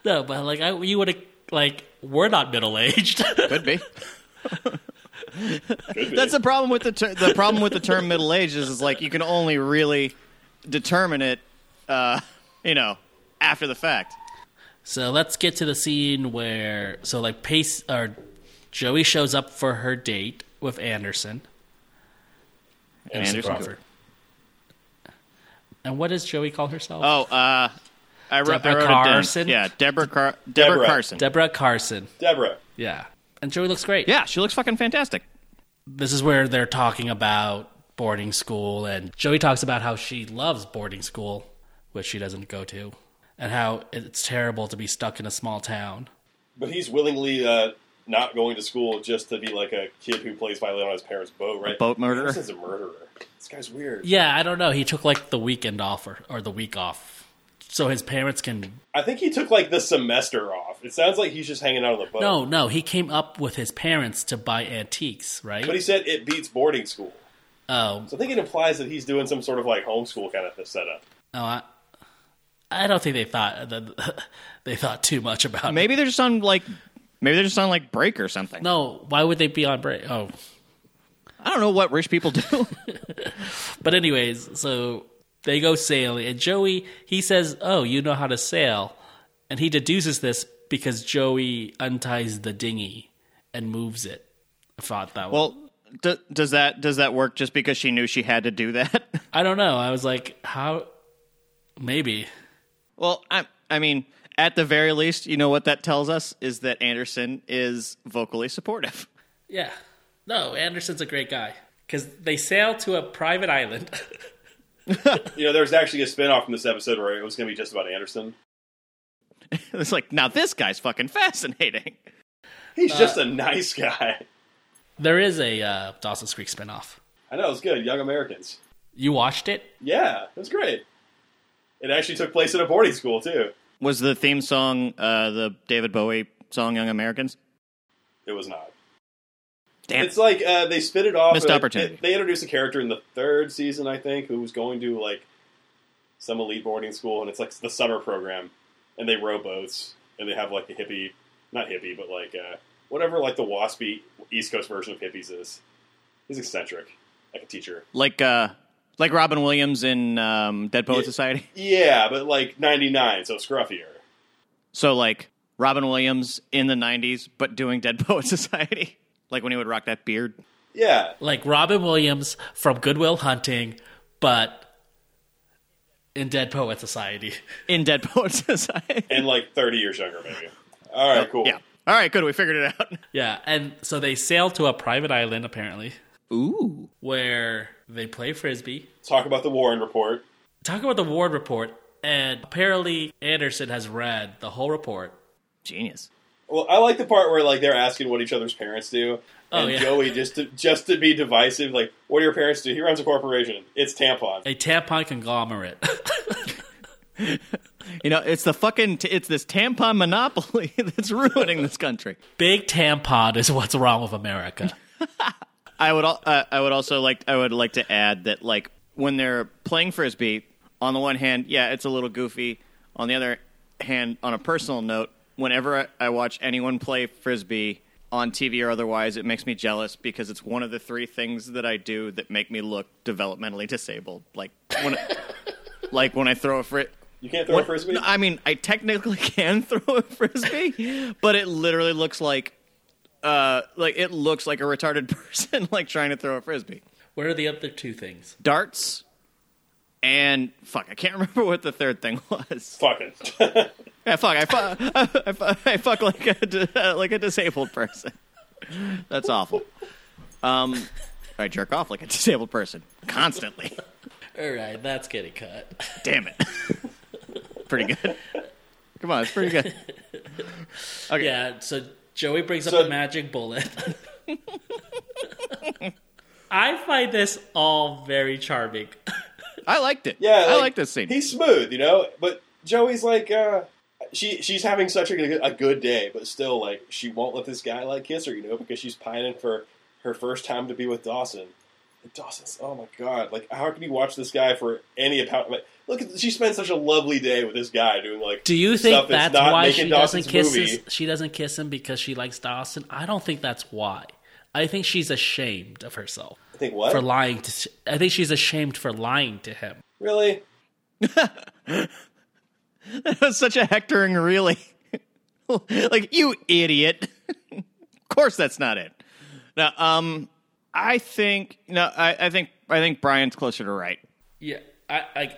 No, but like I, you would have like we're not middle aged.
Could be.
Could be.
That's the problem with the ter- the problem with the term middle age is, is like you can only really determine it, uh, you know, after the fact.
So let's get to the scene where so like Pace or Joey shows up for her date with Anderson. Anderson
Anderson.
Crawford. And what does Joey call herself?
Oh, uh, I wrote, I
Deborah
wrote it
Carson?
down. Yeah, Deborah, Car- Deborah,
Deborah.
Carson.
Deborah Carson.
Deborah.
Yeah. And Joey looks great.
yeah, she looks fucking fantastic.
This is where they're talking about boarding school and Joey talks about how she loves boarding school, which she doesn't go to, and how it's terrible to be stuck in a small town.
But he's willingly uh, not going to school just to be like a kid who plays violin on his parents' boat, right?
boat murderer.
This is a murderer. This guy's weird.
Yeah, I don't know. He took like the weekend off or, or the week off. So his parents can
I think he took like the semester off. It sounds like he's just hanging out on the boat.
No, no, he came up with his parents to buy antiques, right?
But he said it beats boarding school.
oh,
So I think it implies that he's doing some sort of like homeschool kind of setup.
no, I, I don't think they thought that they thought too much about it.
Maybe they're just on like, maybe they're just on like break or something.
No, why would they be on break? Oh,
I don't know what rich people do.
but anyways, so they go sailing, and Joey he says, "Oh, you know how to sail," and he deduces this because Joey unties the dinghy and moves it. I thought that. was
well, d- does that does that work just because she knew she had to do that?
I don't know. I was like, how? Maybe.
well, I I mean, at the very least, you know what that tells us is that Anderson is vocally supportive.
Yeah. No, Anderson's a great guy. Because they sail to a private island.
You know, there was actually a spinoff from this episode where it was going to be just about Anderson.
it's like now this guy's fucking fascinating.
He's just a nice guy.
there is a uh, Dawson's Creek spinoff.
I know, it's good. Young Americans.
You watched it?
Yeah, it was great. It actually took place at a boarding school, too.
Was the theme song uh, the David Bowie song "Young Americans"?
It was not.
Damn.
It's like uh, they spit it off.
Missed
like,
opportunity.
They, they introduced a character in the third season, I think, who was going to like some elite boarding school, and it's like the summer program, and they row boats, and they have like the hippie, not hippie, but like uh, whatever like the waspy East Coast version of hippies is. He's eccentric, like a teacher.
like uh, like Robin Williams in um, Dead Poet
Yeah.
Society.
Yeah, but like ninety nine, so scruffier.
So like Robin Williams in the '90s, but doing Dead Poet Society, like when he would rock that beard.
Yeah,
Like Robin Williams from Goodwill Hunting, but in Dead Poet Society.
in Dead Poet Society.
and like thirty years younger, maybe. All right, cool.
Yeah. All right, good. We figured it out.
yeah. And so they sail to a private island, apparently,
Ooh.
where they play frisbee.
Talk about the Warren report.
Talk about the Ward report. And apparently, Anderson has read the whole report.
Genius.
Well, I like the part where like they're asking what each other's parents do, and
Oh, yeah.
Joey just to just to be divisive, like, "What do your parents do?" He runs a corporation. It's tampon.
A tampon conglomerate.
You know, it's the fucking t- it's this tampon monopoly that's ruining this country.
Big tampon is what's wrong with America.
I would al- uh, I would also like I would like to add that like when they're playing frisbee, on the one hand, yeah, it's a little goofy. On the other hand, on a personal note, whenever I, I watch anyone play frisbee on TV or otherwise, it makes me jealous because it's one of the three things that I do that make me look developmentally disabled. Like when I, like when I throw a frisbee.
You can't throw a frisbee.
No, I mean, I technically can throw a frisbee, but it literally looks like, uh, like it looks like a retarded person like trying to throw a frisbee.
What are the other two things?
Darts, and fuck, I can't remember what the third thing was.
Fucking.
Yeah, fuck, I fuck, I fuck, I fuck like a di- uh, like a disabled person. That's awful. Um, I jerk off like a disabled person constantly.
All right, that's getting cut.
Damn it. pretty good. Come on, it's pretty good. Okay.
Yeah, so Joey brings
So-
up the magic bullet. I find this all very charming.
I liked it.
Yeah,
I like this scene.
He's smooth, you know. But Joey's like, uh, she she's having such a good, a good day, but still, like, she won't let this guy like kiss her, you know, because she's pining for her first time to be with Dawson. And Dawson's, oh my god, like, how can you watch this guy for any about? Like, look, at- she spent such a lovely day with this guy doing like.
Do you
Stuff
think
that's
that's
not
why
making
she
Dawson's
doesn't kiss
movie.
his, she doesn't kiss him because she likes Dawson? I don't think that's why. I think she's ashamed of herself
I think what
for lying to I think she's ashamed for lying to him.
really.
That was such a hectoring really. like you idiot. of course, that's not it. No, um, I think no, I, I think I think Brian's closer to right.
Yeah, I, I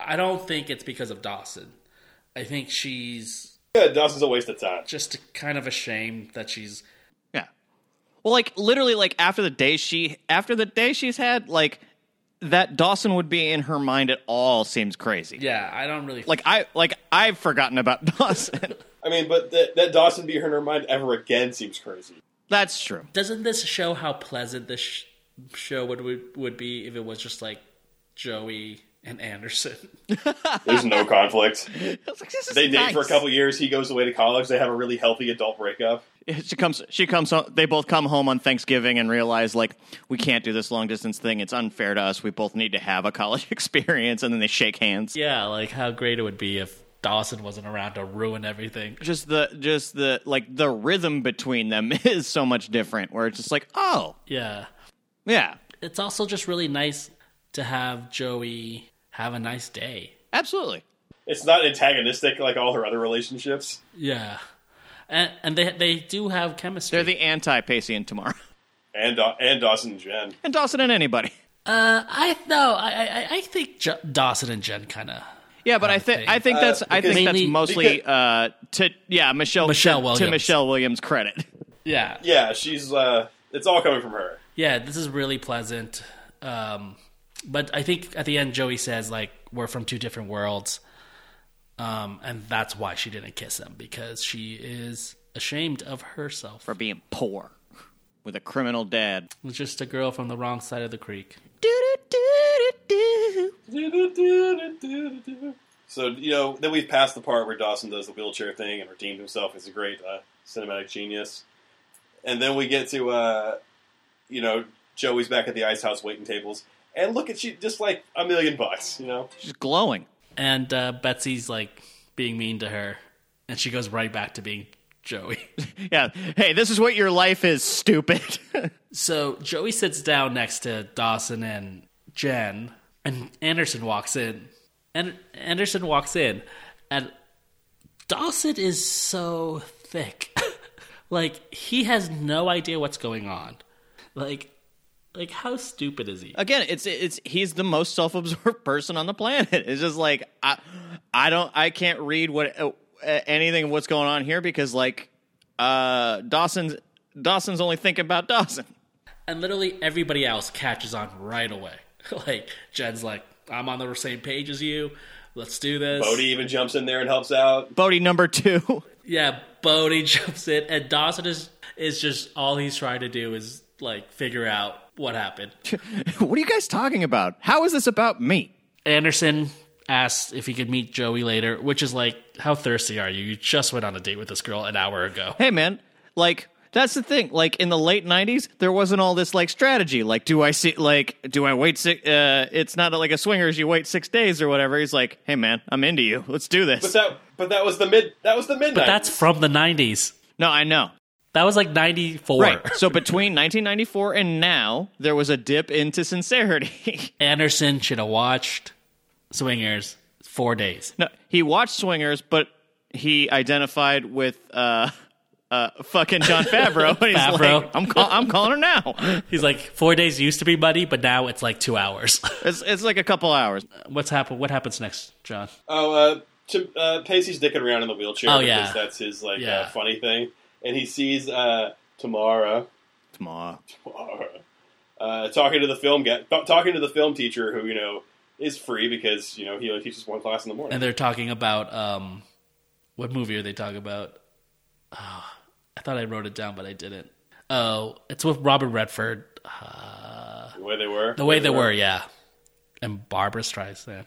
I don't think it's because of Dawson. I think she's
Yeah, Dawson's a waste of time.
just kind of ashamed that she's
Yeah. Well, like literally, like after the day she after the day she's had, like that Dawson would be in her mind at all seems crazy.
yeah. I don't really
Like I like I've forgotten about Dawson.
I mean, but that, that Dawson be in her mind ever again seems crazy.
That's true.
doesn't this show how pleasant this sh- show would, would would be if it was just like Joey and Anderson?
There's no conflict.
It's like, this is
They date for a
nice.
couple years. He goes away to college. They have a really healthy adult breakup.
Yeah, She comes. She comes. Home, they both come home on Thanksgiving and realize like we can't do this long distance thing. It's unfair to us. We both need to have a college experience, and then they shake hands.
yeah, like how great it would be if Dawson wasn't around to ruin everything.
Just the just the like the rhythm between them is so much different. Where it's just like, oh
Yeah.
yeah,
It's also just really nice to have Joey have a nice day.
absolutely.
It's not antagonistic like all her other relationships.
Yeah. And, and they they do have chemistry.
They're the anti Pacey and Tomorrow
And Daw- and Dawson and Jen.
and Dawson and anybody.
uh, I no, I I, I think jo- Dawson and Jen kind of
Yeah, but I think I think that's I
because-
think
Mainly-
that's mostly uh, to yeah Michelle
Michelle
to, to
Williams.
Michelle Williams credit.
yeah
Yeah, she's. uh It's all coming from her.
yeah. This is really pleasant. Um, but I think at the end Joey says like we're from two different worlds, um, and that's why she didn't kiss him because she is ashamed of herself.
for being poor with a criminal dad.
Just a girl from the wrong side of the creek.
So you know, then we've passed the part where Dawson does the wheelchair thing and redeemed himself as a great uh, cinematic genius, and then we get to uh, you know Joey's back at the ice house waiting tables, and look at she just like a million bucks, you know.
She's glowing.
And uh, Betsy's like being mean to her, and she goes right back to being Joey.
Yeah. Hey, this is what your life is, stupid.
So Joey sits down next to Dawson and Jen, and Anderson walks in. And Anderson walks in, and Dawson is so thick. like he has no idea what's going on. Like, like how stupid is he?
Again, it's it's he's the most self-absorbed person on the planet. It's just like I I don't I can't read what uh, anything of what's going on here because like uh Dawson's Dawson's only thinking about Dawson.
And literally everybody else catches on right away. like Jen's like, I'm on the same page as you. Let's do this.
Bodie even jumps in there and helps out.
Bodie number 2.
Yeah, Bodie jumps in, and Dawson is is just all he's trying to do is like figure out what happened.
what are you guys talking about? How is this about me?
Anderson asks if he could meet Joey later, which is like, how thirsty are you? You just went on a date with this girl an hour ago.
hey man like that's the thing like in the late 90s there wasn't all this like strategy like do i see like do i wait six uh it's not like a swingers you wait six days or whatever he's like hey man i'm into you let's do
But
this
that, but that was the mid. That was the midnight.
That's from the '90s.
no i know
That was like '94.
right so between 1994 and now there was a dip into sincerity
Anderson should have watched Swingers four days.
no he watched swingers but he identified with uh uh, fucking John Favreau. And he's
Favreau.
like, I'm, call- I'm calling her now.
He's like, four days used to be buddy, but now it's like two hours.
It's, it's like a couple hours.
What's happen? What happens next, John?
Oh, uh, to, uh, Pacey's dicking around in the wheelchair.
Oh,
because
yeah.
that's his like uh,
Yeah.
funny thing. And he sees uh, Tamara,
Tomorrow.
Tamara uh, talking to the film guy, talking to the film teacher, who you know is free because you know he only teaches one class in the morning.
and they're talking about um, what movie are they talking about? Oh, I thought I wrote it down, but I didn't. Oh, it's with Robert Redford.
the way they were,
The way they were, yeah. And Barbara Streisand.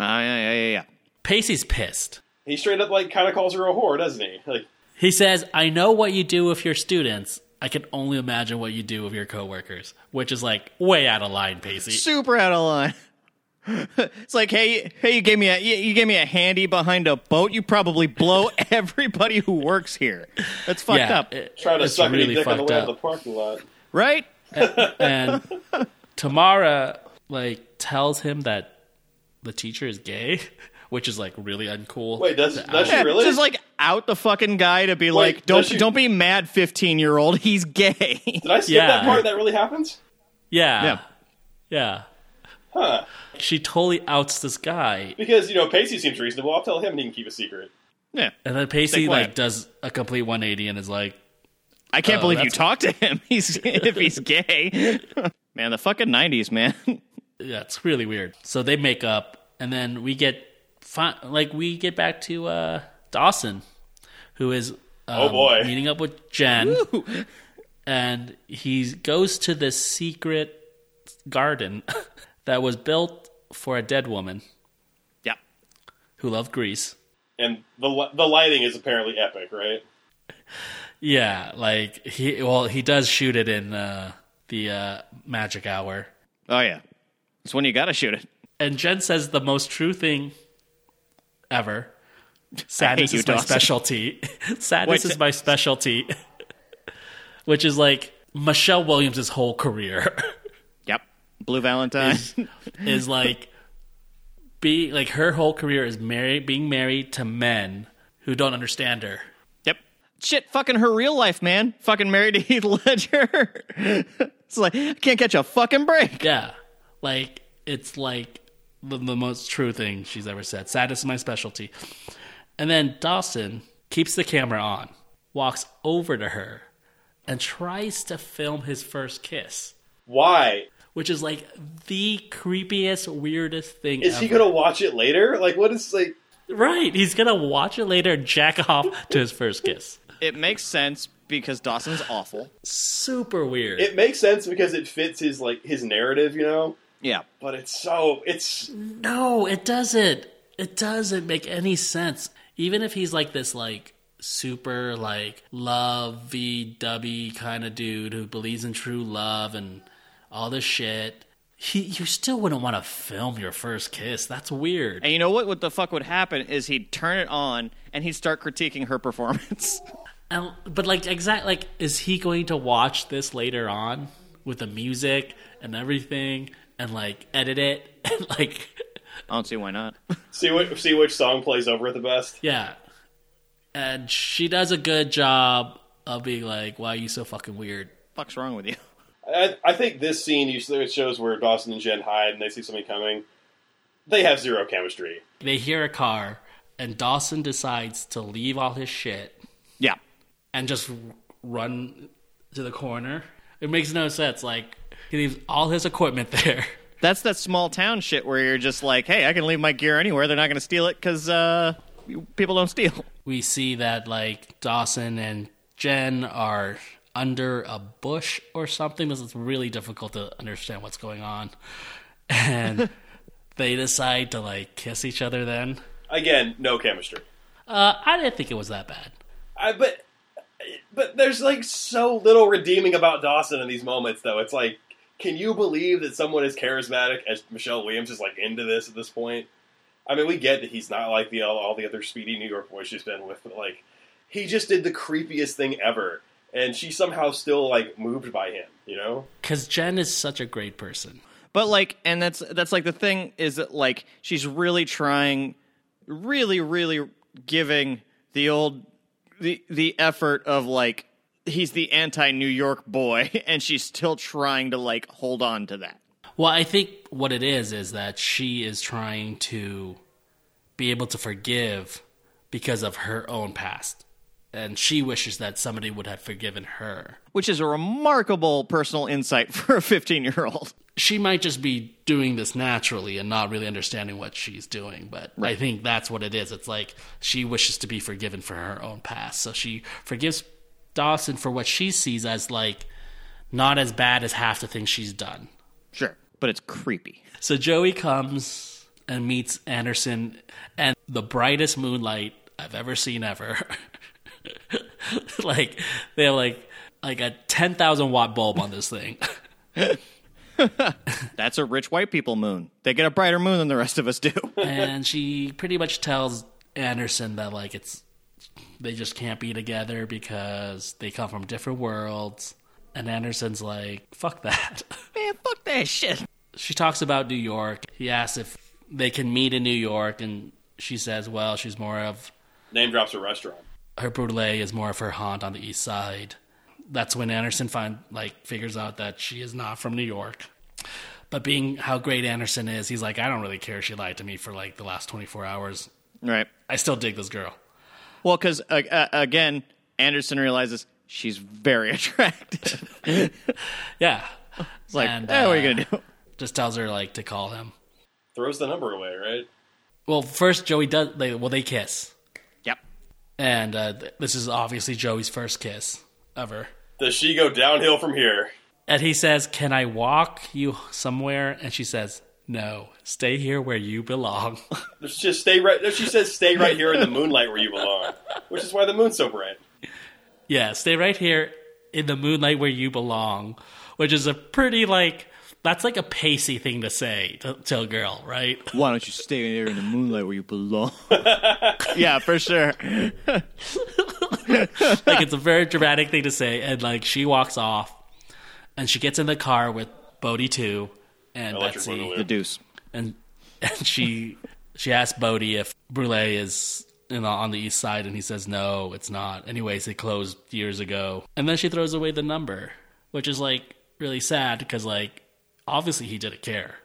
Uh, yeah, yeah, yeah, yeah.
Pacey's pissed.
He straight up like kind of calls her a whore, doesn't he? Like,
He says, "I know what you do with your students. I can only imagine what you do with your coworkers," which is like way out of line, Pacey.
super out of line. it's like, hey, hey, you gave me a you, you gave me a handy behind a boat. You probably blow everybody who works here. That's fucked
yeah,
up,
it-
trying to
it's
suck any
really
dick on the
fucked
way out of
up.
the parking lot.
right?
and Tamara like tells him that the teacher is gay, which is like really uncool.
Wait, does
The
does she
owl-
really?
Just like out the fucking guy to be
Wait,
like, don't
does she-
don't be mad, fifteen year old. He's gay.
Did I skip
Yeah.
that part? That really happens?
yeah,
Yeah.
yeah,
Huh?
She totally outs this guy,
Because you know, Pacey seems reasonable. I'll tell him, and he can keep a secret.
yeah,
and then Pacey
quiet.
like does a complete 180 and is like,
I can't
Oh,
believe you
that's-
talked to him. He's if he's gay. man, the fucking nineties, man.
yeah, it's really weird. So they make up, and then we get fi- like we get back to uh, Dawson, who is um,
Oh, boy.
meeting up with Jen, and he goes to this secret garden that was built for a dead woman
yeah.
who loved Greece.
And the li- the lighting is apparently epic, right?
Yeah, like he well he does shoot it in uh, the uh, magic hour,
Oh yeah. It's when you gotta shoot it.
and Jen says the most true thing ever. Sadness
you,
is my
Dawson.
specialty. Sadness
Wait,
is my specialty, which is like Michelle Williams' whole career
Yep. Blue Valentine.
is like be like her whole career is married, being married to men who don't understand her.
Yep. Shit, fucking her real life, man. Fucking married to Heath Ledger. it's like, I can't catch a fucking break.
Yeah. Like, it's like the, the most true thing she's ever said. Sadness is my specialty. And then Dawson keeps the camera on, walks over to her, and tries to film his first kiss,
Why
which is like the creepiest, weirdest thing
is
ever.
he gonna watch it later? Like, what is like?
right. He's going to watch it later and jack off to his first kiss.
It makes sense because Dawson's awful.
Super weird.
It makes sense because it fits his like his narrative, you know.
Yeah.
But it's so it's
No, it doesn't. It doesn't make any sense. Even if he's like this, like super, like love dubby kind of dude who believes in true love and all this shit, he you still wouldn't want to film your first kiss. That's weird.
And you know what, what the fuck would happen is he'd turn it on and he'd start critiquing her performance.
And, but like, exact like, is he going to watch this later on with the music and everything and like edit it and like,
I don't see why not.
see what see which song plays over it the best.
Yeah. And she does a good job of being like, why are you so fucking weird?
fuck's wrong with you?
I, I think this scene you it shows where Dawson and Jen hide and they see something coming. They have zero chemistry.
They hear a car, and Dawson decides to leave all his shit
Yeah.
and just r- run to the corner. It makes no sense. Like, he leaves all his equipment there.
That's that small town shit where you're just like, hey, I can leave my gear anywhere. They're not going to steal it because uh, people don't steal.
We see that, like, Dawson and Jen are under a bush or something. This is really difficult to understand what's going on. And they decide to, like, kiss each other then.
Again, no chemistry.
Uh, I didn't think it was that bad.
I but but there's like so little redeeming about Dawson in these moments though. It's like can you believe that someone as charismatic as Michelle Williams is like into this at this point? I mean, we get that he's not like the all, all the other speedy New York boys she's been with, but like he just did the creepiest thing ever and she somehow still like moved by him, you know?
Because Jen is such a great person.
But like, and that's that's like the thing is that like she's really trying, really, really giving the old the the effort of like he's the anti New York boy, and she's still trying to like hold on to that.
Well, I think what it is is that she is trying to be able to forgive because of her own past. And she wishes that somebody would have forgiven her.
Which is a remarkable personal insight for a 15 year old.
She might just be doing this naturally and not really understanding what she's doing, but I think that's what it is. It's like she wishes to be forgiven for her own past. So she forgives Dawson for what she sees as like not as bad as half the things she's done.
Sure. But it's creepy.
So Joey comes and meets Anderson and the brightest moonlight I've ever seen ever. like they have like like a ten thousand watt bulb on this thing.
That's a rich white people moon. They get a brighter moon than the rest of us do.
and she pretty much tells Anderson that like it's they just can't be together because they come from different worlds. And Anderson's like, fuck that.
Man, fuck that shit.
she talks about New York. He asks if they can meet in New York, and she says, well, she's more of
Name drops a restaurant.
her brulee is more of her haunt on the east side. That's when Anderson find like figures out that she is not from New York. But being how great Anderson is, he's like, I don't really care. She lied to me for like the last 24 hours.
Right.
I still dig this girl.
Well, because uh, uh, again, Anderson realizes she's very attractive.
Yeah.
It's like,
And,
eh, what are you
uh,
gonna do?
Just tells her like to call him.
Throws the number away, right?
Well, first Joey does. They, well, they kiss,
Yep.
and uh, th- this is obviously Joey's first kiss ever.
Does she go downhill from here?
And he says, "Can I walk you somewhere?" And she says, "No, stay here where you belong."
Just stay right. no, She says, "Stay right here in the moonlight where you belong," which is why the moon's so bright.
yeah, stay right here in the moonlight where you belong, which is a pretty like that's like a pacey thing to say to, to a girl, right?
Why don't you stay there in the moonlight where you belong? yeah, for sure.
like it's a very dramatic thing to say. And like she walks off, and she gets in the car with Bodie too, and
Electric
Betsy.
Boogaloo.
The deuce.
and and she she asked Bodie if Brule is you know, on the east side, and he says no, it's not. Anyways, it closed years ago, and then she throws away the number, which is like really sad because like obviously he didn't care.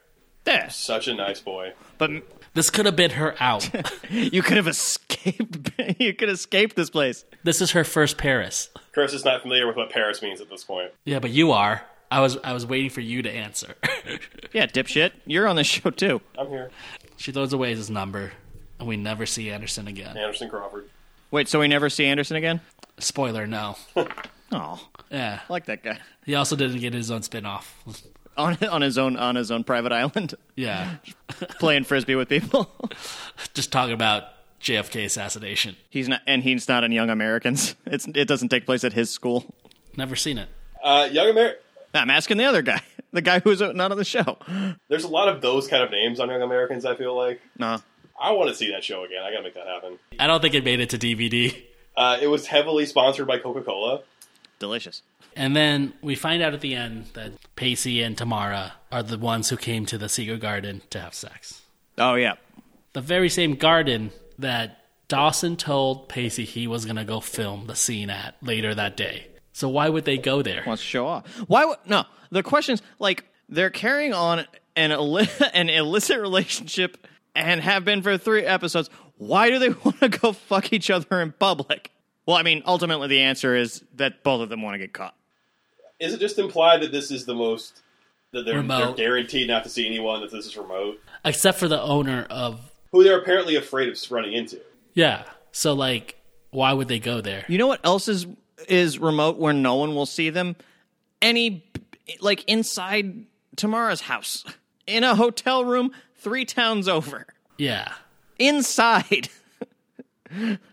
Yes,
Such a nice boy.
but
This could have been her out.
you could have escaped. you could escape this place.
this is her first Paris.
Chris is not familiar with what Paris means at this point.
Yeah, but you are. I was I was waiting for you to answer.
Yeah, dipshit. You're on the show too.
I'm here,
she throws away his number, and we never see Anderson again.
Anderson Crawford.
Wait, so we never see Anderson again?
Spoiler, no.
Oh,
Yeah,
I like that guy
he also didn't get his own spin off.
on on his own on his own private island
Yeah,
playing frisbee with people.
just talking about JFK assassination.
he's not, and he's not in Young Americans. It's it doesn't take place at his school.
Never seen it.
Uh, young American.
I'm asking the other guy, the guy who's not on the show.
There's a lot of those kind of names on Young Americans. I feel like
No,
I want to see that show again. I gotta make that happen.
I don't think it made it to DVD.
Uh, it was heavily sponsored by Coca Cola.
delicious.
And then we find out at the end that Pacey and Tamara are the ones who came to the secret garden to have sex.
Oh yeah,
The very same garden that Dawson told Pacey he was going to go film the scene at later that day. So why would they go there?
wants to show off. Why? would No, the question's like they're carrying on an illi- an illicit relationship and have been for three episodes. Why do they want to go fuck each other in public? Well, I mean, ultimately the answer is that both of them want to get caught.
Is it just implied that this is the most that they're, they're
Remote.
guaranteed not to see anyone? That this is remote.
Except for the owner of.
Who they're apparently afraid of running into.
Yeah. So, like, why would they go there?
You know what else is is remote where no one will see them? Any like inside Tamara's house in a hotel room three towns over.
Yeah.
Inside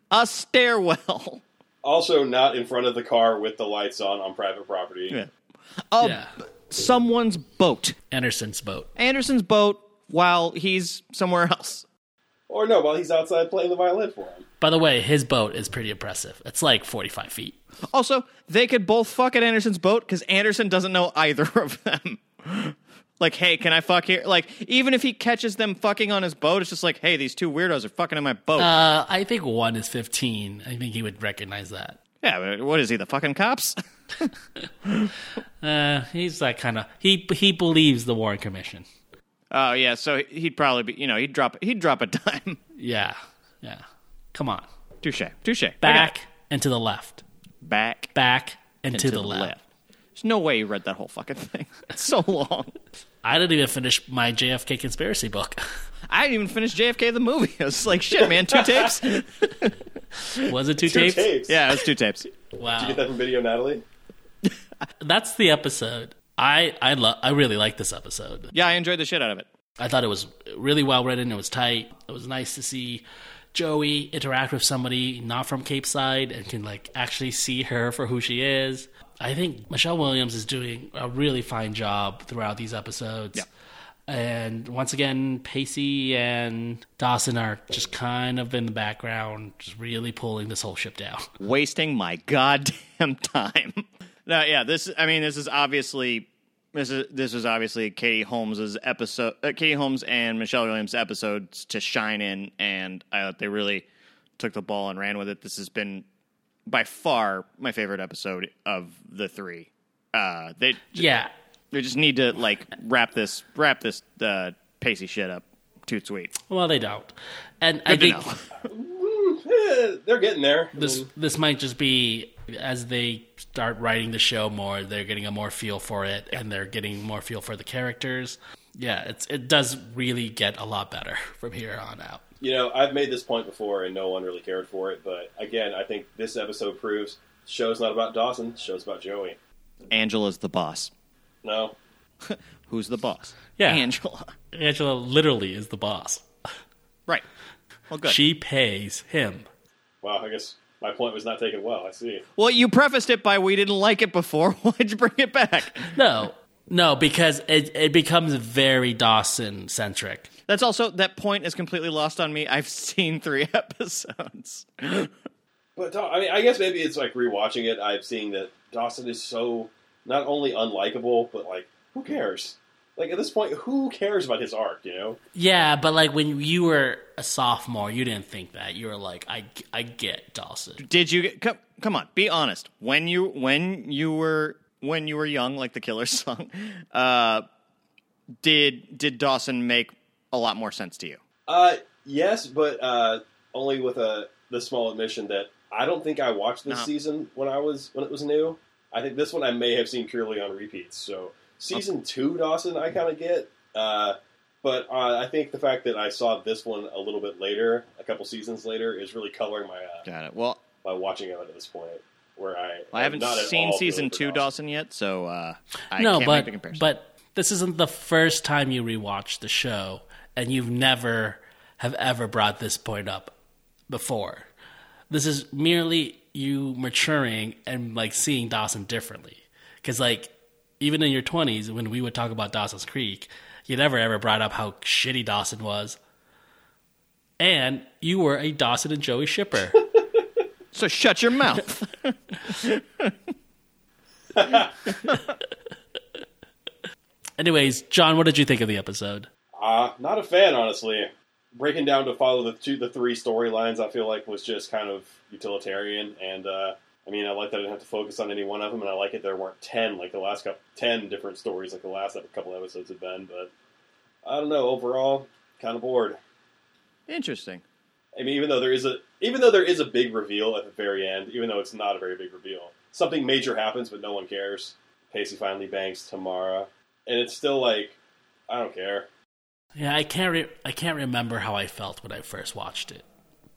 a stairwell.
Also, not in front of the car with the lights on on private property.
A,
Yeah.
Someone's boat.
Anderson's boat.
Anderson's boat while he's somewhere else.
Or no, while he's outside playing the violin for him.
By the way, his boat is pretty impressive. It's like 45 feet.
Also, they could both fuck at Anderson's boat because Anderson doesn't know either of them. like, hey, can I fuck here? Like, even if he catches them fucking on his boat, it's just like, hey, these two weirdos are fucking on my boat.
Uh, I think one is 15. I think he would recognize that.
yeah, but what is he, the fucking cops?
Uh, he's that kind of he he believes the Warren Commission.
oh yeah, so he'd probably be, you know, he'd drop, he'd drop a dime.
Yeah, yeah. Come on,
touche, touche. I got
back
it.
and to the left,
back,
back and,
and
to, the, left.
There's no way you read that whole fucking thing. It's so long.
I didn't even finish my JFK conspiracy book.
I didn't even finish JFK the movie. I was like, shit, man, two tapes.
Was it two,
Two
tapes?
tapes.
yeah, it was two tapes.
Wow,
Get that from Video Natalie?
that's the episode. I I love. I really like this episode.
Yeah, I enjoyed the shit out of it.
I thought it was really well written. It was tight. It was nice to see Joey interact with somebody not from Cape Side and can like actually see her for who she is. I think Michelle Williams is doing a really fine job throughout these episodes.
Yeah.
And once again, Pacey and Dawson are just kind of in the background, just really pulling this whole ship down.
wasting my goddamn time. No, yeah, this I mean this is obviously This is this was obviously Katie Holmes's episode, uh, Katie Holmes and Michelle Williams' episodes to shine in, and I thought they really took the ball and ran with it. This has been by far my favorite episode of the three. Uh, they
Yeah.
they just need to like wrap this wrap this uh, pacey shit up. Too sweet.
Well, they don't. And I
Good to
think
know.
Eh, they're getting there.
this this might just be as they start writing the show more, they're getting a more feel for it, and they're getting more feel for the characters. Yeah, it's it does really get a lot better from here on out.
You know, I've made this point before, and no one really cared for it. But again, I think this episode proves the show's not about Dawson. The show's about Joey.
Angela's the boss.
No,
Who's the boss?
Yeah.
Angela.
Angela literally is the boss.
Right. Well, good.
She pays him.
wow. I guess my point was not taken well. I see.
well, you prefaced it by we didn't like it before. Why'd you bring it back?
No, no, because it it becomes very Dawson centric.
That's also that point is completely lost on me. I've seen three episodes.
But Daw- I mean, I guess maybe it's like rewatching it. I've seen that Dawson is so not only unlikable, but like who cares? Like at this point, who cares about his arc? You know?
Yeah, but like when you were a sophomore, you didn't think that. You were like, I I get Dawson.
Did you get, come, come on? Be honest. When you when you were when you were young, like the Killer song, uh, did did Dawson make a lot more sense to you?
Uh, yes, but uh, only with a the small admission that I don't think I watched this
No.
season when I was when it was new. I think this one I may have seen purely on repeats. So season two Dawson I kind of get, uh, but uh, I think the fact that I saw this one a little bit later, a couple seasons later, is really coloring my uh,
Got it. Well,
by watching of it at this point, where I
I haven't
not at
seen
all feeling
season
for
two Dawson yet, so uh, I
no,
can't
but
make the comparison.
but this isn't the first time you rewatch the show, and you've never have ever brought this point up before. This is merely you maturing and like seeing Dawson differently. Because like even in your twenties, when we would talk about Dawson's Creek, you never ever brought up how shitty Dawson was, and you were a Dawson and Joey shipper.
so shut your mouth.
Anyways, John, what did you think of the episode?
Uh, not a fan, honestly. Breaking down to follow the two, the three storylines, I feel like was just kind of utilitarian. And uh, I mean, I like that I didn't have to focus on any one of them, and I like it there weren't ten like the last couple, ten different stories like the last couple episodes have been. But I don't know. Overall, kind of bored.
Interesting.
I mean, even though there is a even though there is a big reveal at the very end, even though it's not a very big reveal, something major happens, but no one cares. Pacey finally banks Tamara, and it's still like, I don't care.
Yeah, I can't re- I can't remember how I felt when I first watched it.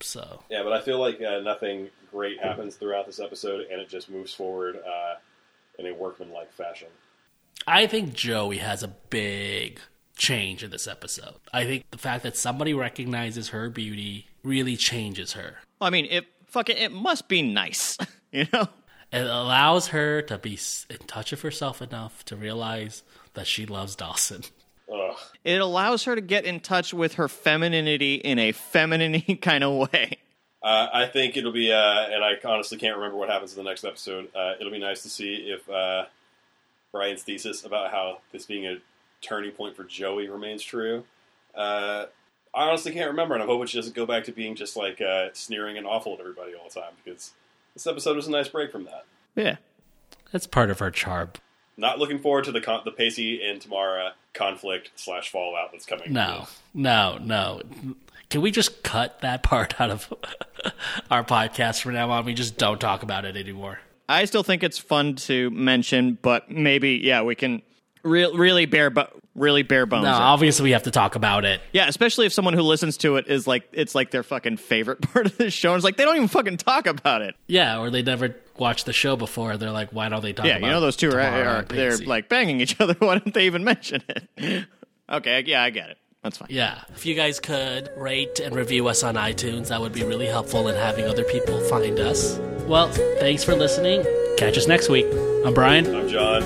So
Yeah, but I feel like uh, nothing great happens throughout this episode, and it just moves forward uh, in a workmanlike fashion.
I think Joey has a big change in this episode. I think the fact that somebody recognizes her beauty really changes her.
Well, I mean, it fucking it must be nice, you know.
It allows her to be s- in touch with herself enough to realize that she loves Dawson.
Ugh.
It allows her to get in touch with her femininity in a feminine kind of way.
Uh, I think it'll be, uh, and I honestly can't remember what happens in the next episode. Uh, it'll be nice to see if uh, Brian's thesis about how this being a turning point for Joey remains true. Uh, I honestly can't remember, and I'm hoping she doesn't go back to being just like uh, sneering and awful at everybody all the time because this episode was a nice break from that.
Yeah.
That's part of her charm.
Not looking forward to the con- the Pacey and Tamara conflict slash fallout that's coming.
No, no, no. Can we just cut that part out of our podcast from now on? We just don't talk about it anymore.
I still think it's fun to mention, but maybe yeah, we can re- really bare bo- really bare bones.
No,
it.
obviously we have to talk about it.
yeah, especially if someone who listens to it is like it's like their fucking favorite part of the show. It's like they don't even fucking talk about it.
Yeah, or they never watched the show before. They're like, why don't they talk
Yeah,
about
you know those two are,
Tamara
are
and
they're
Pacey?
like banging each other. Why don't they even mention it? okay, yeah, I get it. That's fine.
Yeah. If you guys could rate and review us on iTunes, that would be really helpful in having other people find us. Well, thanks for listening. Catch us next week. I'm Brian,
I'm John.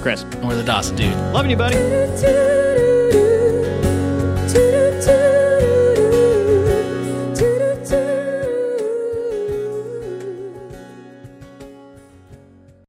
Chris,
and we're the Dawson Dude.
loving you, buddy.
do do